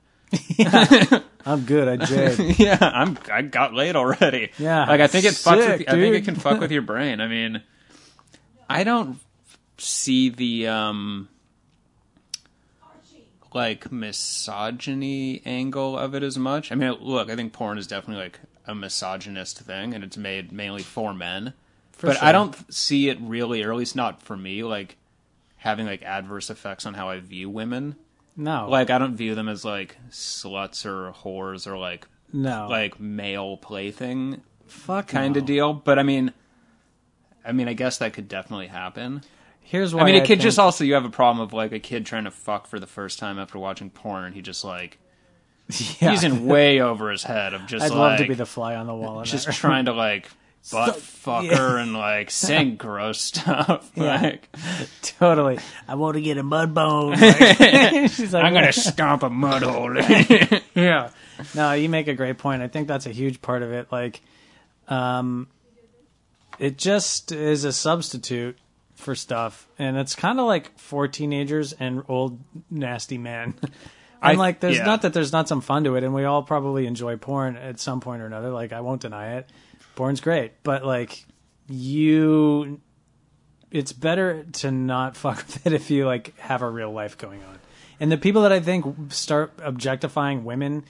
Speaker 2: I'm good. I jade.
Speaker 4: Yeah, I'm. I got laid already.
Speaker 2: Yeah.
Speaker 4: like I think it fucks.
Speaker 2: Sick,
Speaker 4: with, I think
Speaker 2: dude.
Speaker 4: it can fuck with your brain. I mean, I don't see the um like misogyny angle of it as much. I mean, look, I think porn is definitely like a misogynist thing, and it's made mainly for men. but
Speaker 2: sure.
Speaker 4: I don't see it really, or at least not for me, like having like adverse effects on how I view women.
Speaker 2: No,
Speaker 4: Like I don't view them as like sluts or whores or like
Speaker 2: no,
Speaker 4: like male plaything
Speaker 2: fuck
Speaker 4: kind of
Speaker 2: no.
Speaker 4: deal. But I mean, I mean, I guess that could definitely happen.
Speaker 2: Here's why
Speaker 4: I mean, it could
Speaker 2: think-
Speaker 4: just also you have a problem of like a kid trying to fuck for the first time after watching porn, and he just like
Speaker 2: Yeah.
Speaker 4: he's in way over his head of just
Speaker 2: I'd
Speaker 4: like
Speaker 2: love to be the fly on the wall. on
Speaker 4: just
Speaker 2: that.
Speaker 4: trying to like butt fuck her and like saying gross stuff. Like
Speaker 2: totally.
Speaker 5: I want to get a mud bone.
Speaker 2: She's like,
Speaker 4: I'm gonna stomp a mud hole.
Speaker 2: yeah. No, you make a great point. I think that's a huge part of it. Like, um, it just is a substitute for stuff, and it's kind of like for teenagers and old nasty men.
Speaker 4: I-
Speaker 2: And like, there's
Speaker 4: yeah.
Speaker 2: not that there's not some fun to it, and we all probably enjoy porn at some point or another. Like, I won't deny it. Porn's great, but like, you, it's better to not fuck with it if you like have a real life going on. And the people that I think start objectifying women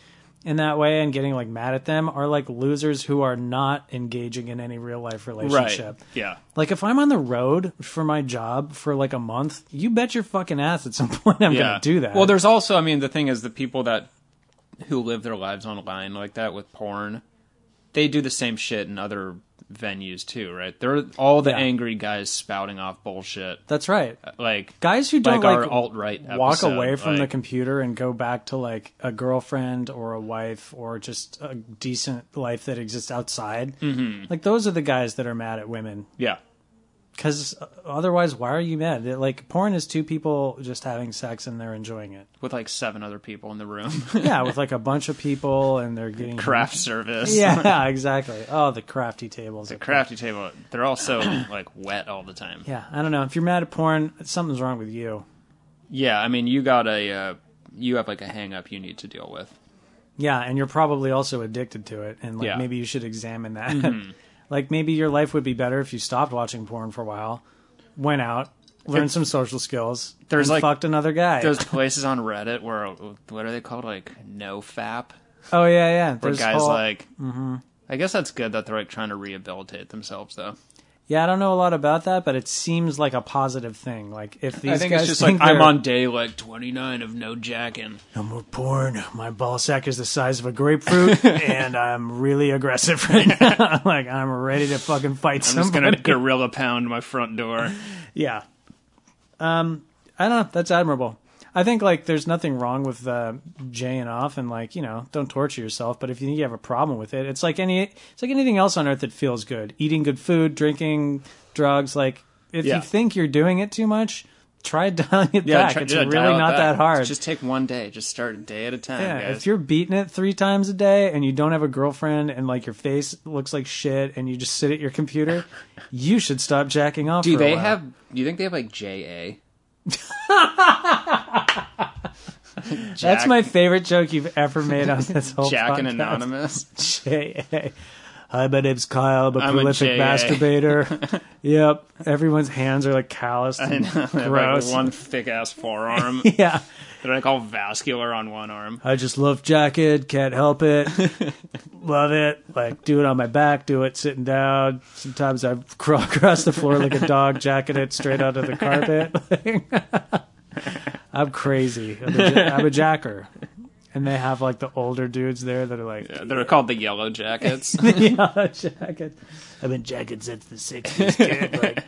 Speaker 2: in that way and getting like mad at them are like losers who are not engaging in any real life relationship.
Speaker 4: Yeah.
Speaker 2: Like if I'm on the road for my job for like a month, you bet your fucking ass at some point I'm gonna do that.
Speaker 4: Well, there's also, I mean, the thing is, the people that who live their lives online like that with porn, they do the same shit in other venues too, right? They're all the
Speaker 2: Yeah.
Speaker 4: angry guys spouting off bullshit,
Speaker 2: that's right.
Speaker 4: like
Speaker 2: Guys who don't
Speaker 4: like,
Speaker 2: like,
Speaker 4: our alt right
Speaker 2: walk away from the computer and go back to like a girlfriend or a wife or just a decent life that exists outside. Mm-hmm. Like those are the guys that are mad at women
Speaker 4: yeah.
Speaker 2: because otherwise, why are you mad? It- Like porn is two people just having sex and they're enjoying it.
Speaker 4: With like seven other people in the room,
Speaker 2: Yeah, with like a bunch of people and they're getting
Speaker 4: craft service,
Speaker 2: Yeah, exactly. Oh, the crafty tables.
Speaker 4: the crafty table. They're also like wet all the time.
Speaker 2: Yeah, I don't know. If you're mad at porn, something's wrong with you.
Speaker 4: Yeah, I mean, you got a, uh, you have like a hang up you need to deal with.
Speaker 2: Yeah, and you're probably also addicted to it, and like
Speaker 4: Yeah. Mm-hmm.
Speaker 2: maybe you should examine that. like maybe your life would be better if you stopped watching porn for a while, went out, learned some social skills,
Speaker 4: There's,
Speaker 2: and
Speaker 4: like-
Speaker 2: fucked another guy.
Speaker 4: There's places on Reddit where what are they called? Like no fap.
Speaker 2: oh yeah, yeah.
Speaker 4: Where
Speaker 2: There's Mm-hmm.
Speaker 4: guys
Speaker 2: whole-
Speaker 4: like, I guess that's good that they're like trying to rehabilitate themselves though.
Speaker 2: yeah, I don't know a lot about that, but it seems like a positive thing. Like if these
Speaker 4: I think
Speaker 2: guys
Speaker 4: it's just like
Speaker 2: think
Speaker 4: I'm
Speaker 2: they're-
Speaker 4: on day like 29 of no jacking.
Speaker 2: no more porn. My ball sack is the size of a grapefruit, and I'm really aggressive right now. like I'm ready to fucking fight
Speaker 4: I'm just
Speaker 2: somebody.
Speaker 4: gonna gorilla pound my front door.
Speaker 2: Yeah. Um, I don't know. That's admirable. I think like there's nothing wrong with uh, jaying off and like you know don't torture yourself. But if you think you have a problem with it, it's like any it's like anything else on earth that feels good. Eating good food, drinking drugs. Like if
Speaker 4: Yeah.
Speaker 2: you think you're doing it too much, try dialing it back.
Speaker 4: try-
Speaker 2: it's
Speaker 4: yeah,
Speaker 2: really
Speaker 4: dial it
Speaker 2: not
Speaker 4: back.
Speaker 2: that hard.
Speaker 4: Just take one day. Just start a day at a time.
Speaker 2: Yeah,
Speaker 4: guys.
Speaker 2: if you're beating it three times a day and you don't have a girlfriend and like your face looks like shit and you just sit at your computer, you should stop jacking off.
Speaker 4: do
Speaker 2: for a
Speaker 4: they
Speaker 2: while.
Speaker 4: have? Do you think they have like JA?
Speaker 2: That's
Speaker 4: Jack-
Speaker 2: my favorite joke you've ever made on this whole
Speaker 4: Jack and
Speaker 2: podcast.
Speaker 4: Anonymous.
Speaker 2: J.A. Hi, my name's Kyle. I'm a
Speaker 4: I'm a
Speaker 2: prolific
Speaker 4: J.A.
Speaker 2: masturbator. yep. Everyone's hands are like calloused. And
Speaker 4: They have,
Speaker 2: Gross.
Speaker 4: Like one thick ass forearm.
Speaker 2: yeah.
Speaker 4: They're like all vascular on one arm.
Speaker 2: I just love jacket. Can't help it. love it. Like, do it on my back. Do it sitting down. Sometimes I crawl across the floor like a dog, jacket it straight onto the carpet. I'm crazy. I'm a, ja- I'm a jacker. And they have like the older dudes there that are like,
Speaker 4: Yeah, They're called the Yellow Jackets.
Speaker 2: yeah, jacket.
Speaker 5: I've been jacking since the 60s, kid. Like,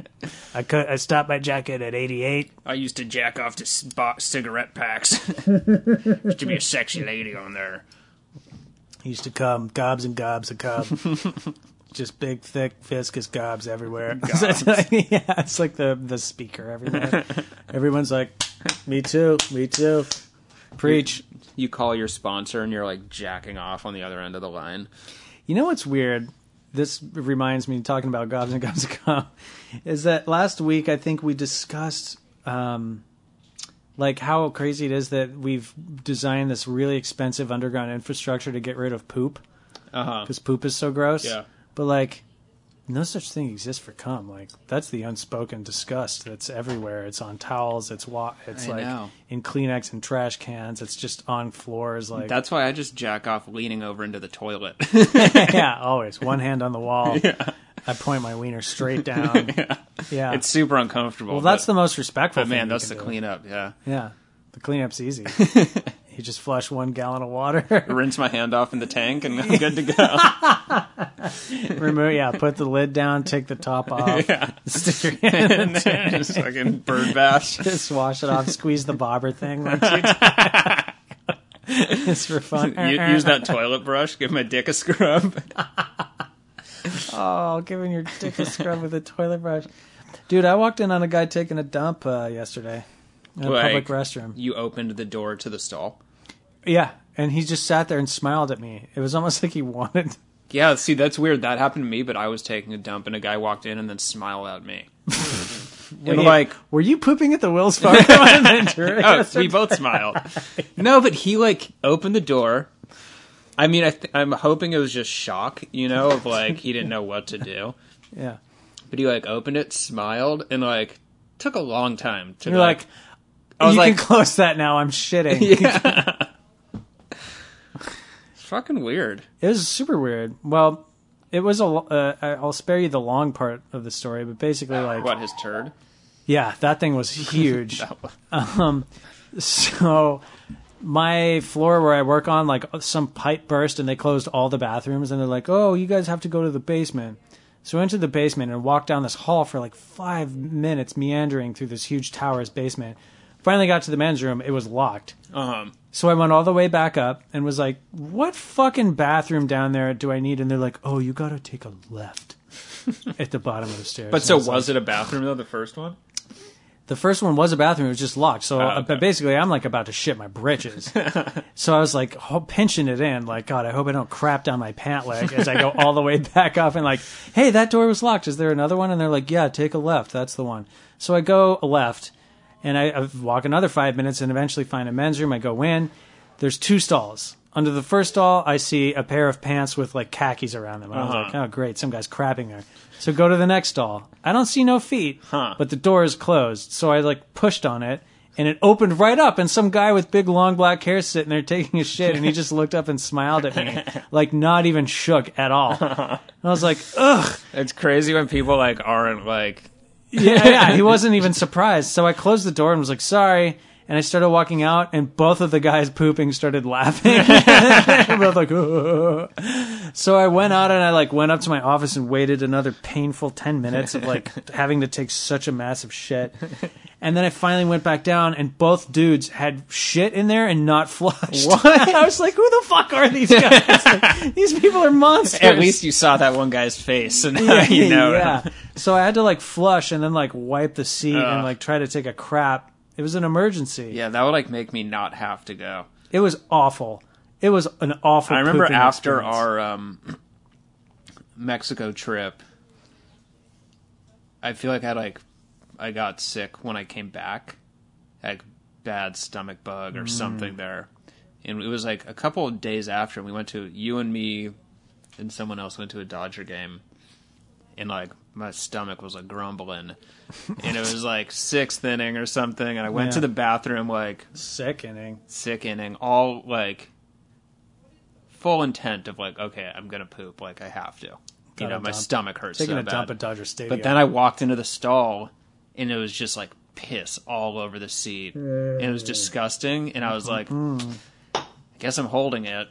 Speaker 5: I, cut, I stopped my jacket at 88.
Speaker 4: I used to jack off to c- bo- cigarette packs. used to be a sexy lady on there.
Speaker 5: Used to come gobs and gobs of cum. Just big, thick, viscous gobs everywhere.
Speaker 2: yeah, it's like the the speaker everywhere. Everyone's like,
Speaker 5: me too. Me too.
Speaker 2: preach.
Speaker 4: You call your sponsor and you're like jacking off on the other end of the line.
Speaker 2: You know what's weird? This reminds me talking about gobs and gobs and gobs, is that last week I think we discussed um, like how crazy it is that we've designed this really expensive underground infrastructure to get rid of poop
Speaker 4: Uh huh.
Speaker 2: because poop is so gross.
Speaker 4: Yeah.
Speaker 2: But like, no such thing exists for cum. Like that's the unspoken disgust that's everywhere. It's on towels. It's wa- It's
Speaker 4: I
Speaker 2: like
Speaker 4: know.
Speaker 2: in Kleenex and trash cans. It's just on floors. Like
Speaker 4: That's why I just jack off leaning over into the toilet.
Speaker 2: yeah, always one hand on the wall. I point my wiener straight down. yeah.
Speaker 4: it's super uncomfortable.
Speaker 2: well, that's
Speaker 4: but,
Speaker 2: the most respectful.
Speaker 4: but
Speaker 2: thing
Speaker 4: man,
Speaker 2: you
Speaker 4: that's the
Speaker 2: can do.
Speaker 4: cleanup. Yeah,
Speaker 2: Yeah, the cleanup's easy. you just flush one gallon of water.
Speaker 4: rinse my hand off in the tank, and I'm good to go.
Speaker 2: Remove, yeah, put the lid down, take the top off, stick your hand in
Speaker 4: and then just fucking bird bath.
Speaker 2: just wash it off, squeeze the bobber thing like two times. It's for fun.
Speaker 4: U- Use that toilet brush. Give my dick a scrub.
Speaker 2: Oh, giving your dick a scrub with a toilet brush. Dude, I walked in on a guy taking a dump uh, yesterday in a
Speaker 4: Like-
Speaker 2: public restroom.
Speaker 4: You opened the door to the stall.
Speaker 2: Yeah, and he just sat there and smiled at me. It was almost like he wanted.
Speaker 4: Yeah, see, that's weird. That happened to me, but I was taking a dump, and a guy walked in and then smiled at me. and
Speaker 2: Wait,
Speaker 4: like,
Speaker 2: were you pooping at the Wells Fargo in Ventura?
Speaker 4: oh,
Speaker 2: yesterday?
Speaker 4: we both smiled. No, but he like opened the door. I mean, I th- I'm hoping it was just shock, you know, of like he didn't know what to do.
Speaker 2: yeah.
Speaker 4: But he like opened it, smiled, and like took a long time to
Speaker 2: You're
Speaker 4: like.
Speaker 2: like,
Speaker 4: I was
Speaker 2: you
Speaker 4: like,
Speaker 2: can close that now. I'm shitting.
Speaker 4: fucking weird.
Speaker 2: It was super weird. Well, it was a. lo- Uh, I- I'll spare you the long part of the story, but basically, like,
Speaker 4: Uh, What his turd?
Speaker 2: yeah, that thing was huge. um, so my floor where I work on, like, some pipe burst and they closed all the bathrooms, and they're like, "Oh, you guys have to go to the basement." So I entered the basement and walked down this hall for like five minutes, meandering through this huge tower's basement. Finally, got to the men's room. It was locked.
Speaker 4: Um,
Speaker 2: So I went all the way back up and was like, "What fucking bathroom down there do I need?" And they're like, "Oh, you gotta take a left at the bottom of the stairs."
Speaker 4: but
Speaker 2: And
Speaker 4: so
Speaker 2: I
Speaker 4: was, it a bathroom though? The first one?
Speaker 2: like- the first one was a bathroom; it was just locked. So,
Speaker 4: Oh, okay.
Speaker 2: but basically, I'm like about to shit my britches. so I was like ho- pinching it in, like, "God, I hope I don't crap down my pant leg as I go all the way back up." And like, "Hey, that door was locked. Is there another one?" And they're like, "Yeah, take a left. That's the one." So I go left, and I, I walk another five minutes, and eventually find a men's room. I go in. there's two stalls. Under the first stall, I see a pair of pants with like khakis around them. And I was like, oh, great, some guy's crapping there. So go to the next stall. I don't see no feet, but the door is closed. So I like pushed on it and it opened right up. And some guy with big long black hair sitting there taking a shit and he just looked up and smiled at me, like not even shook at all. And I was like, ugh.
Speaker 4: It's crazy when people like aren't like.
Speaker 2: Yeah, yeah, he wasn't even surprised. So I closed the door and was like, sorry. And I started walking out, and both of the guys pooping started laughing. both like, "Ugh." so I went out and I like went up to my office and waited another painful ten minutes of like having to take such a massive shit. And then I finally went back down, and both dudes had shit in there and not flushed. What? I was like, "Who the fuck are these guys? Like, these people are monsters."
Speaker 4: At least you saw that one guy's face, and now you know.
Speaker 2: yeah. So I had to like flush and then like wipe the seat and
Speaker 4: Ugh.
Speaker 2: like try to take a crap. It was an emergency.
Speaker 4: Yeah, that would like make me not have to go.
Speaker 2: It was awful. It was an awful.
Speaker 4: I remember
Speaker 2: pooping
Speaker 4: after
Speaker 2: experience.
Speaker 4: our um, Mexico trip, I feel like I like I got sick when I came back, like bad stomach bug
Speaker 2: Mm.
Speaker 4: or something there, and it was like a couple of days after. And we went to you and me, and someone else went to a Dodger game, and like my stomach was like grumbling, and it was like sixth inning or something. And I went
Speaker 2: Yeah.
Speaker 4: to the bathroom like
Speaker 2: sick inning.
Speaker 4: sick inning, all like full intent of like, okay, I'm gonna poop, like I have to. you
Speaker 2: Gotta
Speaker 4: know, my
Speaker 2: dump.
Speaker 4: stomach hurts
Speaker 2: Taking
Speaker 4: so
Speaker 2: a
Speaker 4: bad.
Speaker 2: dump at Dodger Stadium.
Speaker 4: but then I walked into the stall, and it was just like piss all over the seat, and it was disgusting. And I was like, I guess I'm holding it.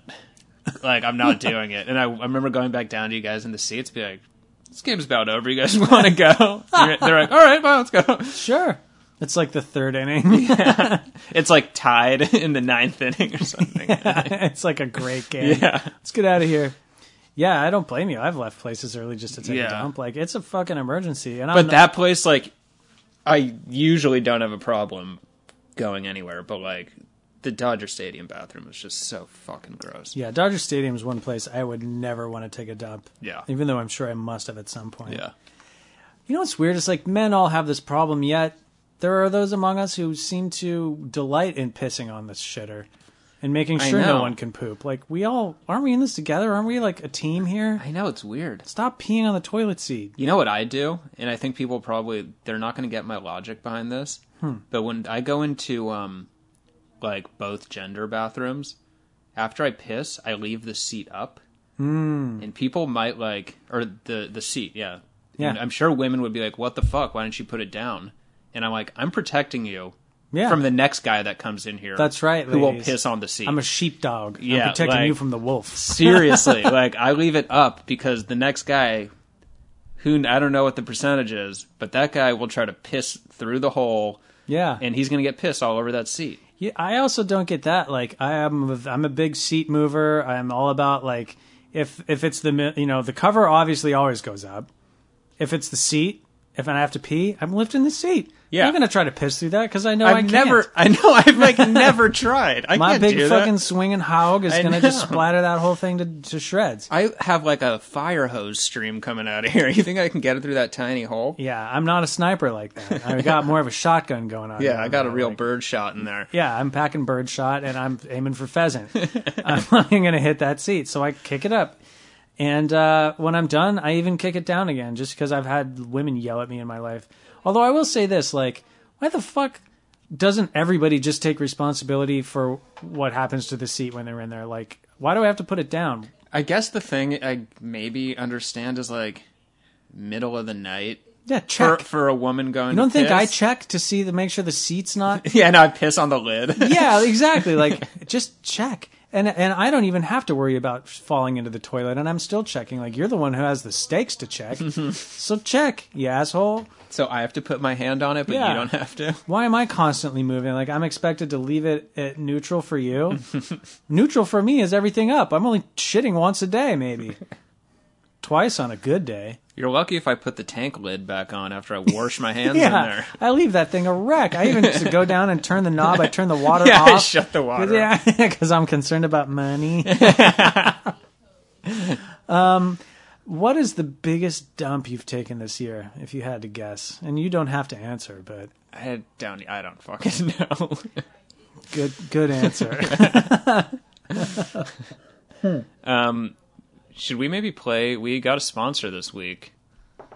Speaker 4: Like I'm not doing it. And I, I remember going back down to you guys in the seats, be like. This game's about over. You guys want to go? They're they're like, all right, well, let's go.
Speaker 2: sure. It's like the third inning.
Speaker 4: It's like tied in the ninth inning or something.
Speaker 2: it's like a great game.
Speaker 4: yeah.
Speaker 2: Let's get out of here. Yeah, I don't blame you. I've left places early just to take
Speaker 4: Yeah.
Speaker 2: a dump. Like it's a fucking emergency, and I'm
Speaker 4: But that place, like, I usually don't have a problem going anywhere, but like, the Dodger Stadium bathroom was just so fucking gross.
Speaker 2: yeah, Dodger Stadium is one place I would never want to take a dump.
Speaker 4: Yeah.
Speaker 2: even though I'm sure I must have at some point.
Speaker 4: Yeah.
Speaker 2: You know what's weird? It's like men all have this problem, yet there are those among us who seem to delight in pissing on this shitter. and making
Speaker 3: I
Speaker 2: sure no
Speaker 3: know.
Speaker 2: one can poop. Like we all aren't we in this together? Aren't we like a team here?
Speaker 3: I know it's weird.
Speaker 2: Stop peeing on the toilet seat.
Speaker 3: You know what I do, and I think people probably they're not going to get my logic behind this.
Speaker 2: Hmm.
Speaker 3: But when I go into um, like both gender bathrooms, after I piss, I leave the seat up,
Speaker 2: Hmm.
Speaker 3: mm. and people might like or the the seat, yeah,
Speaker 2: Yeah.
Speaker 3: And I'm sure women would be like, "What the fuck? Why didn't you put it down?" And I'm like, "I'm protecting you
Speaker 2: Yeah,
Speaker 3: from the next guy that comes in here.
Speaker 2: That's right,
Speaker 3: Who will
Speaker 2: ladies.
Speaker 3: piss on the seat?
Speaker 2: I'm a sheepdog.
Speaker 3: Yeah,
Speaker 2: I'm protecting
Speaker 3: like-
Speaker 2: you from the wolf.
Speaker 3: Seriously, like I leave it up because the next guy, who I don't know what the percentage is, but that guy will try to piss through the hole,
Speaker 2: Yeah,
Speaker 3: and he's gonna get pissed all over that seat.
Speaker 2: Yeah, I also don't get that. Like, I am, a, I'm a big seat mover. I'm all about like, if if it's the mi- you know the cover obviously always goes up. If it's the seat, if I have to pee, I'm lifting the seat.
Speaker 3: Yeah.
Speaker 2: I'm gonna try to piss through that because I know
Speaker 3: I've
Speaker 2: I can not
Speaker 3: never, I know, I've like never tried. I
Speaker 2: My
Speaker 3: can't
Speaker 2: big
Speaker 3: do that.
Speaker 2: fucking swinging hog is
Speaker 3: I
Speaker 2: gonna just
Speaker 3: know.
Speaker 2: splatter that whole thing to, to shreds.
Speaker 3: I have like a fire hose stream coming out of here. You think I can get it through that tiny hole?
Speaker 2: Yeah, I'm not a sniper like that. I got more of a shotgun going on.
Speaker 3: Yeah,
Speaker 2: down
Speaker 3: I got a
Speaker 2: there,
Speaker 3: real
Speaker 2: like-
Speaker 3: bird shot in there.
Speaker 2: Yeah, I'm packing bird shot and I'm aiming for pheasant. I'm not even going to hit that seat. So I kick it up. And uh, when I'm done, I even kick it down again just because I've had women yell at me in my life. Although I will say this like, why the fuck doesn't everybody just take responsibility for what happens to the seat when they're in there? Like, why do I have to put it down?
Speaker 3: I guess the thing I maybe understand is like middle of the night
Speaker 2: Yeah,
Speaker 3: for,
Speaker 2: check.
Speaker 3: for a woman going.
Speaker 2: you don't
Speaker 3: to
Speaker 2: think I
Speaker 3: piss.
Speaker 2: check to see to make sure the seat's not
Speaker 3: Yeah, and I piss on the lid.
Speaker 2: yeah, exactly. Like just check. And and I don't even have to worry about falling into the toilet and I'm still checking. Like you're the one who has the stakes to check.
Speaker 3: Mm-hmm.
Speaker 2: so check, you asshole.
Speaker 3: So I have to put my hand on it, but
Speaker 2: Yeah.
Speaker 3: you don't have to.
Speaker 2: Why am I constantly moving? Like I'm expected to leave it at neutral for you. neutral for me is everything up. I'm only shitting once a day maybe. Twice on a good day.
Speaker 3: You're lucky if I put the tank lid back on after I wash my hands in
Speaker 2: Yeah,
Speaker 3: there.
Speaker 2: I leave that thing a wreck. I even just go down and turn the knob. I turn the water
Speaker 3: Yeah,
Speaker 2: off.
Speaker 3: I shut the water. off.
Speaker 2: Yeah, because I'm concerned about money. um, what is the biggest dump you've taken this year, if you had to guess? And you don't have to answer, but
Speaker 3: I don't. I don't fucking know.
Speaker 2: good, good answer.
Speaker 3: Should we maybe play? We got a sponsor this week.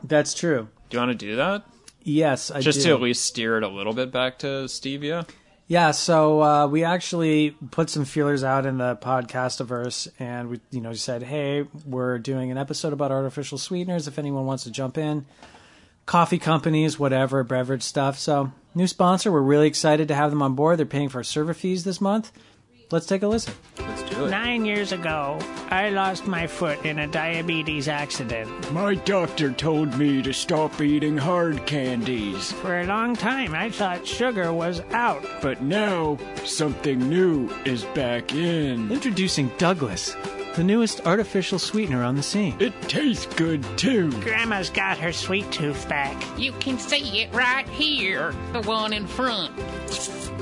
Speaker 2: That's true.
Speaker 3: Do you want to do that?
Speaker 2: Yes, I
Speaker 3: Just
Speaker 2: do.
Speaker 3: to at least steer it a little bit back to stevia.
Speaker 2: Yeah, so uh, we actually put some feelers out in the podcastiverse, and we, you know, said, "Hey, we're doing an episode about artificial sweeteners. If anyone wants to jump in, coffee companies, whatever, beverage stuff." So, new sponsor. We're really excited to have them on board. They're paying for our server fees this month. Let's take a listen.
Speaker 3: Let's do it.
Speaker 6: Nine years ago, I lost my foot in a diabetes accident.
Speaker 7: My doctor told me to stop eating hard candies,
Speaker 6: For a long time, I thought sugar was out.
Speaker 7: but now something new is back in.
Speaker 2: Introducing Douglas, the newest artificial sweetener on the scene.
Speaker 7: It tastes good too.
Speaker 6: Grandma's got her sweet tooth back.
Speaker 8: You can see it right here, the one in front.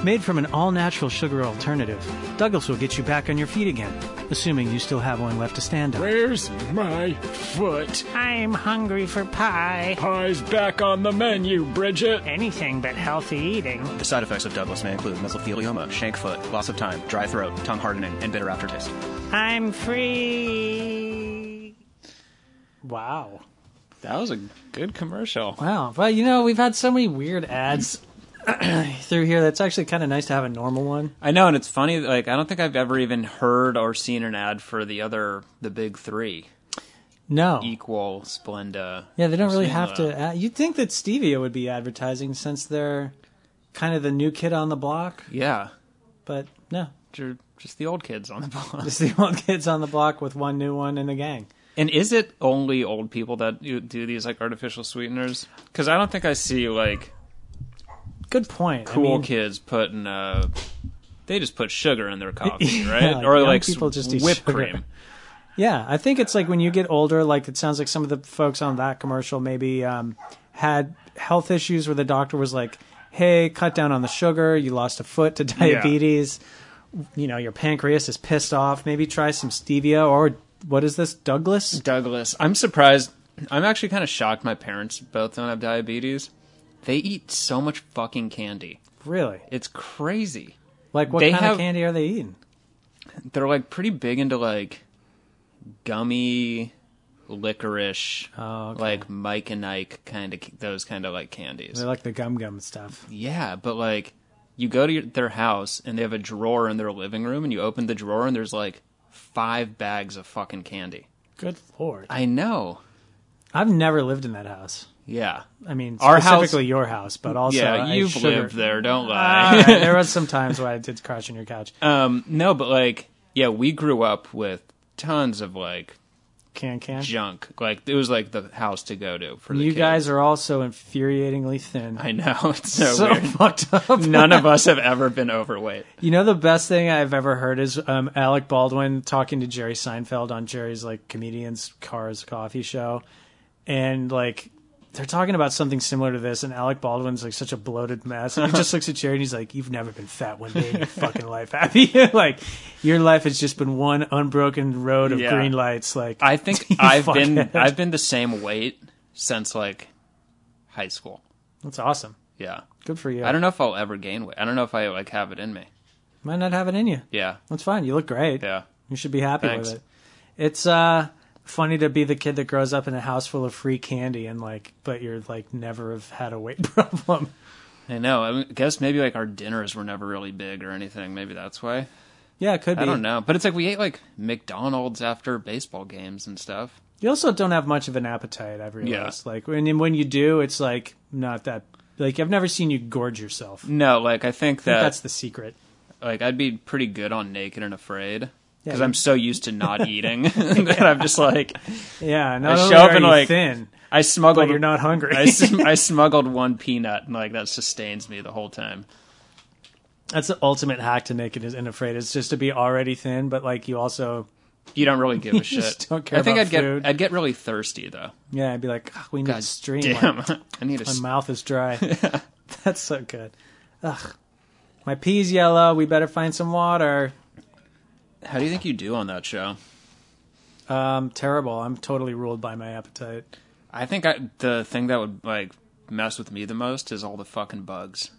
Speaker 2: Made from an all natural sugar alternative, Douglas will get you back on your feet again, assuming you still have one left to stand on.
Speaker 7: Where's my foot?
Speaker 6: I'm hungry for pie.
Speaker 7: Pie's back on the menu, Bridget.
Speaker 6: Anything but healthy eating.
Speaker 9: The side effects of Douglas may include mesothelioma, shank foot, loss of time, dry throat, tongue hardening, and bitter aftertaste.
Speaker 6: I'm free.
Speaker 2: Wow.
Speaker 3: That was a good commercial.
Speaker 2: Wow. Oh, Well, you know, we've had so many weird ads through here that's actually kind of nice to have a normal one.
Speaker 3: I know, and it's funny. Like I don't think I've ever even heard or seen an ad for the other, the big three,
Speaker 2: No.
Speaker 3: Equal, Splenda.
Speaker 2: Yeah, they don't really
Speaker 3: Seen uh,
Speaker 2: have
Speaker 3: that.
Speaker 2: to. Ad- You'd think that Stevia would be advertising since they're kind of the new kid on the block,
Speaker 3: Yeah,
Speaker 2: but no.
Speaker 3: They're just the old kids on the block.
Speaker 2: It's the old kids on the block with one new one in the gang.
Speaker 3: And is it only old people that do, do these like artificial sweeteners? Because I don't think I see like
Speaker 2: Good point. I
Speaker 3: cool
Speaker 2: mean,
Speaker 3: kids putting. Uh, they just put sugar in their coffee,
Speaker 2: Yeah,
Speaker 3: right? Or
Speaker 2: young
Speaker 3: like
Speaker 2: people just eat
Speaker 3: whipped
Speaker 2: sugar.
Speaker 3: cream.
Speaker 2: Yeah, I think it's like when you get older, like it sounds like some of the folks on that commercial maybe um, had health issues where the doctor was like, hey, cut down on the sugar. You lost a foot to diabetes. You know, your pancreas is pissed off. Maybe try some stevia or what is this, Douglas?
Speaker 3: Douglas, I'm surprised. I'm actually kind of shocked. My parents both don't have diabetes. They eat so much fucking candy.
Speaker 2: Really?
Speaker 3: It's crazy.
Speaker 2: Like, what
Speaker 3: They
Speaker 2: kind
Speaker 3: have-
Speaker 2: of candy are they eating?
Speaker 3: they're like pretty big into like gummy licorice
Speaker 4: Oh,
Speaker 3: like mike and ike kind of those kind of like candies
Speaker 4: They like the gum gum stuff.
Speaker 3: yeah but like you go to your, their house and they have a drawer in their living room and you open the drawer and there's like five bags of fucking candy
Speaker 4: Good lord.
Speaker 3: i know
Speaker 2: I've never lived in that house.
Speaker 3: yeah
Speaker 4: I mean,
Speaker 3: Our house-
Speaker 4: specifically your house, but also
Speaker 3: yeah
Speaker 4: I
Speaker 3: you've
Speaker 4: sugar-
Speaker 3: lived there
Speaker 2: Uh,
Speaker 3: don't lie
Speaker 4: All right, there was some times where I did crash on your couch.
Speaker 3: um no but like yeah we grew up with tons of like
Speaker 4: Can can.
Speaker 3: junk like it was like the house to go to for the
Speaker 2: You
Speaker 3: kids.
Speaker 2: guys are also infuriatingly thin.
Speaker 3: I know it's so,
Speaker 2: so
Speaker 3: weird.
Speaker 2: fucked up.
Speaker 3: None of us have ever been overweight.
Speaker 2: You know the best thing I've ever heard is um, Alec Baldwin talking to Jerry Seinfeld on Jerry's like comedians cars coffee show, and like they're talking about something similar to this, and Alec Baldwin's like such a bloated mess. And he just looks at Jerry and he's like, "You've never been fat one day in your fucking life, have you? like your life has just been one unbroken road of
Speaker 3: Yeah.
Speaker 2: green lights." Like
Speaker 3: I think
Speaker 2: You
Speaker 3: I've been
Speaker 2: fuckhead.
Speaker 3: I've been the same weight since like high school.
Speaker 2: that's awesome.
Speaker 3: Yeah.
Speaker 2: Good for you.
Speaker 3: I don't know if I'll ever gain weight. I don't know if I like have it in me.
Speaker 2: Might not have it in you.
Speaker 3: Yeah.
Speaker 2: That's fine. You look great.
Speaker 3: Yeah.
Speaker 2: You should be happy
Speaker 3: Thanks.
Speaker 2: with it. It's uh funny to be the kid that grows up in a house full of free candy and like but you're like never have had a weight problem.
Speaker 3: I know. I mean, I guess maybe like our dinners were never really big or anything. Maybe that's why.
Speaker 2: Yeah, it could be.
Speaker 3: I don't know. But it's like we ate like McDonald's after baseball games and stuff.
Speaker 2: You also don't have much of an appetite, I've realized. Like and then when you do, it's like not that like I've never seen you gorge yourself.
Speaker 3: No, like I think that
Speaker 2: That's the secret.
Speaker 3: like I'd be pretty good on naked and afraid because
Speaker 2: Yeah.
Speaker 3: I'm so used to not eating that I'm just like
Speaker 2: Yeah, not
Speaker 3: I
Speaker 2: only
Speaker 3: show up
Speaker 2: are
Speaker 3: and,
Speaker 2: you
Speaker 3: like-
Speaker 2: thin,
Speaker 3: I smuggled
Speaker 2: but you're not hungry.
Speaker 3: I, sm- I smuggled one peanut and like that sustains me the whole time.
Speaker 2: That's the ultimate hack to naked and afraid is just to be already thin, but like you also
Speaker 3: You don't really give a shit.
Speaker 2: just don't care
Speaker 3: I think
Speaker 2: about
Speaker 3: I'd
Speaker 2: food.
Speaker 3: get I'd get really thirsty though.
Speaker 2: yeah, I'd be like, "Ugh, we need to
Speaker 3: God
Speaker 2: stream.
Speaker 3: Damn, I need a
Speaker 2: My
Speaker 3: s-
Speaker 2: mouth is dry. That's so good. Ugh. My pee's yellow. We better find some water.
Speaker 3: How do you think you do on that show?
Speaker 2: I'm terrible. I'm totally ruled by my appetite.
Speaker 3: I think I, the thing that would like mess with me the most is all the fucking bugs.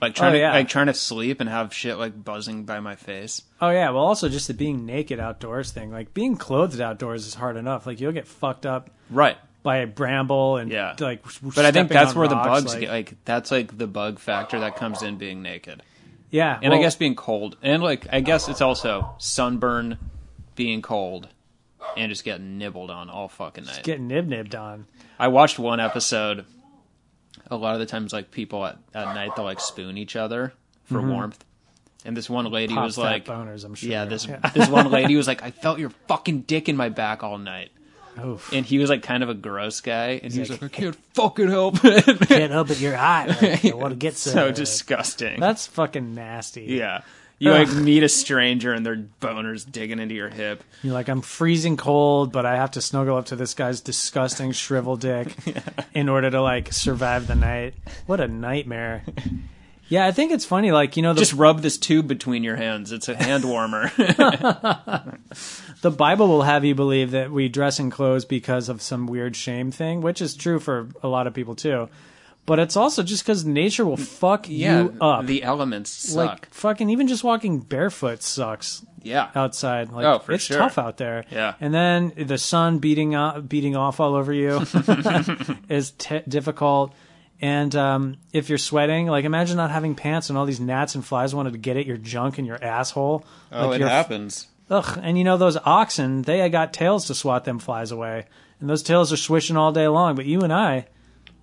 Speaker 3: Like trying
Speaker 2: Oh, yeah.
Speaker 3: to like trying to sleep and have shit like buzzing by my face.
Speaker 2: Oh yeah, well also just the being naked outdoors thing. Like being clothed outdoors is hard enough. Like you'll get fucked up
Speaker 3: Right.
Speaker 2: by a bramble and
Speaker 3: Yeah.
Speaker 2: like
Speaker 3: But I
Speaker 2: stepping
Speaker 3: think that's
Speaker 2: on
Speaker 3: where the
Speaker 2: rocks,
Speaker 3: bugs
Speaker 2: like-
Speaker 3: get like that's like the bug factor that comes in being naked.
Speaker 2: Yeah.
Speaker 3: And I
Speaker 2: well,
Speaker 3: guess being cold. And like I guess it's also sunburn, being cold, and just getting nibbled on all fucking night.
Speaker 2: get nib nibbed on.
Speaker 3: I watched one episode. A lot of the times like people at, at night they'll like spoon each other for warmth. And this one lady
Speaker 2: Mm-hmm. Pop
Speaker 3: was
Speaker 2: fat
Speaker 3: like
Speaker 2: boners, I'm sure.
Speaker 3: Yeah, this this one lady was like, I felt your fucking dick in my back all night.
Speaker 2: Oof.
Speaker 3: And he was like kind of a gross guy, and he was like, I can't fucking help it.
Speaker 4: Can't help it. You're hot. Like, I want to get some.
Speaker 3: so disgusting.
Speaker 2: That's fucking nasty.
Speaker 3: Yeah. You like meet a stranger and their boners digging into your hip.
Speaker 2: You're like, I'm freezing cold, but I have to snuggle up to this guy's disgusting shriveled dick in order to like survive the night. What a nightmare. Yeah, I think it's funny. Like, you know, the,
Speaker 3: Just rub this tube between your hands. It's a hand warmer.
Speaker 2: the Bible will have you believe that we dress in clothes because of some weird shame thing, which is true for a lot of people too. But it's also just because nature will fuck you up.
Speaker 3: The elements suck.
Speaker 2: like, fucking, even just walking barefoot sucks.
Speaker 3: yeah.
Speaker 2: outside. Like,
Speaker 3: Oh, for
Speaker 2: it's
Speaker 3: sure.
Speaker 2: tough out there.
Speaker 3: Yeah.
Speaker 2: And then the sun beating off, beating off all over you is t- difficult. And um, if you're sweating, like imagine not having pants and all these gnats and flies wanted to get at your junk and your asshole. like your-
Speaker 3: Oh, happens.
Speaker 2: Ugh. And you know those oxen, they got tails to swat them flies away, and those tails are swishing all day long. But you and I,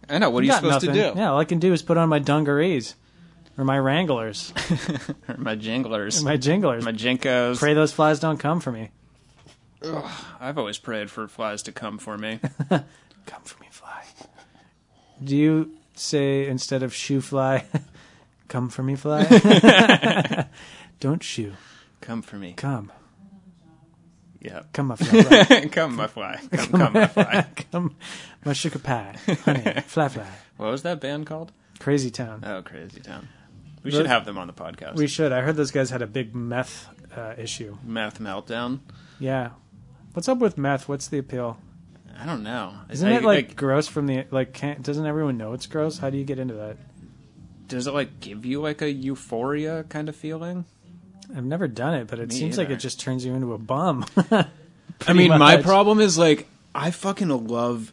Speaker 3: I know. What are you
Speaker 2: got
Speaker 3: supposed
Speaker 2: nothing.
Speaker 3: to do?
Speaker 2: Yeah, all I can do is put on my dungarees or my wranglers,
Speaker 3: My jinglers. My,
Speaker 2: my jinglers.
Speaker 3: jinkos.
Speaker 2: Pray those flies don't come for me.
Speaker 3: I've always prayed for flies to come for me.
Speaker 2: come for me, fly. Do you say instead of shoe fly, come for me, fly? Don't shoe,
Speaker 3: come for me.
Speaker 2: come,
Speaker 3: Yeah.
Speaker 2: come my fly, fly.
Speaker 3: come, my fly. Come, come, my fly.
Speaker 2: come my sugar pie, honey, fly, fly.
Speaker 3: What was that band called?
Speaker 2: Crazy town.
Speaker 3: Oh, Crazy Town. We should have them on the podcast.
Speaker 2: We should. I heard those guys had a big meth uh, issue.
Speaker 3: Meth Meltdown.
Speaker 2: Yeah, what's up with meth? What's the appeal?
Speaker 3: I don't know.
Speaker 2: Isn't
Speaker 3: I-
Speaker 2: it like, gross from the like? Can't, doesn't everyone know it's gross? How do you get into that?
Speaker 3: does it like give you like a euphoria kind of feeling?
Speaker 2: I've never done it, but it
Speaker 3: Me
Speaker 2: seems like
Speaker 3: either.
Speaker 2: it just turns you into a bum.
Speaker 3: I mean, my
Speaker 2: much.
Speaker 3: problem is like I fucking love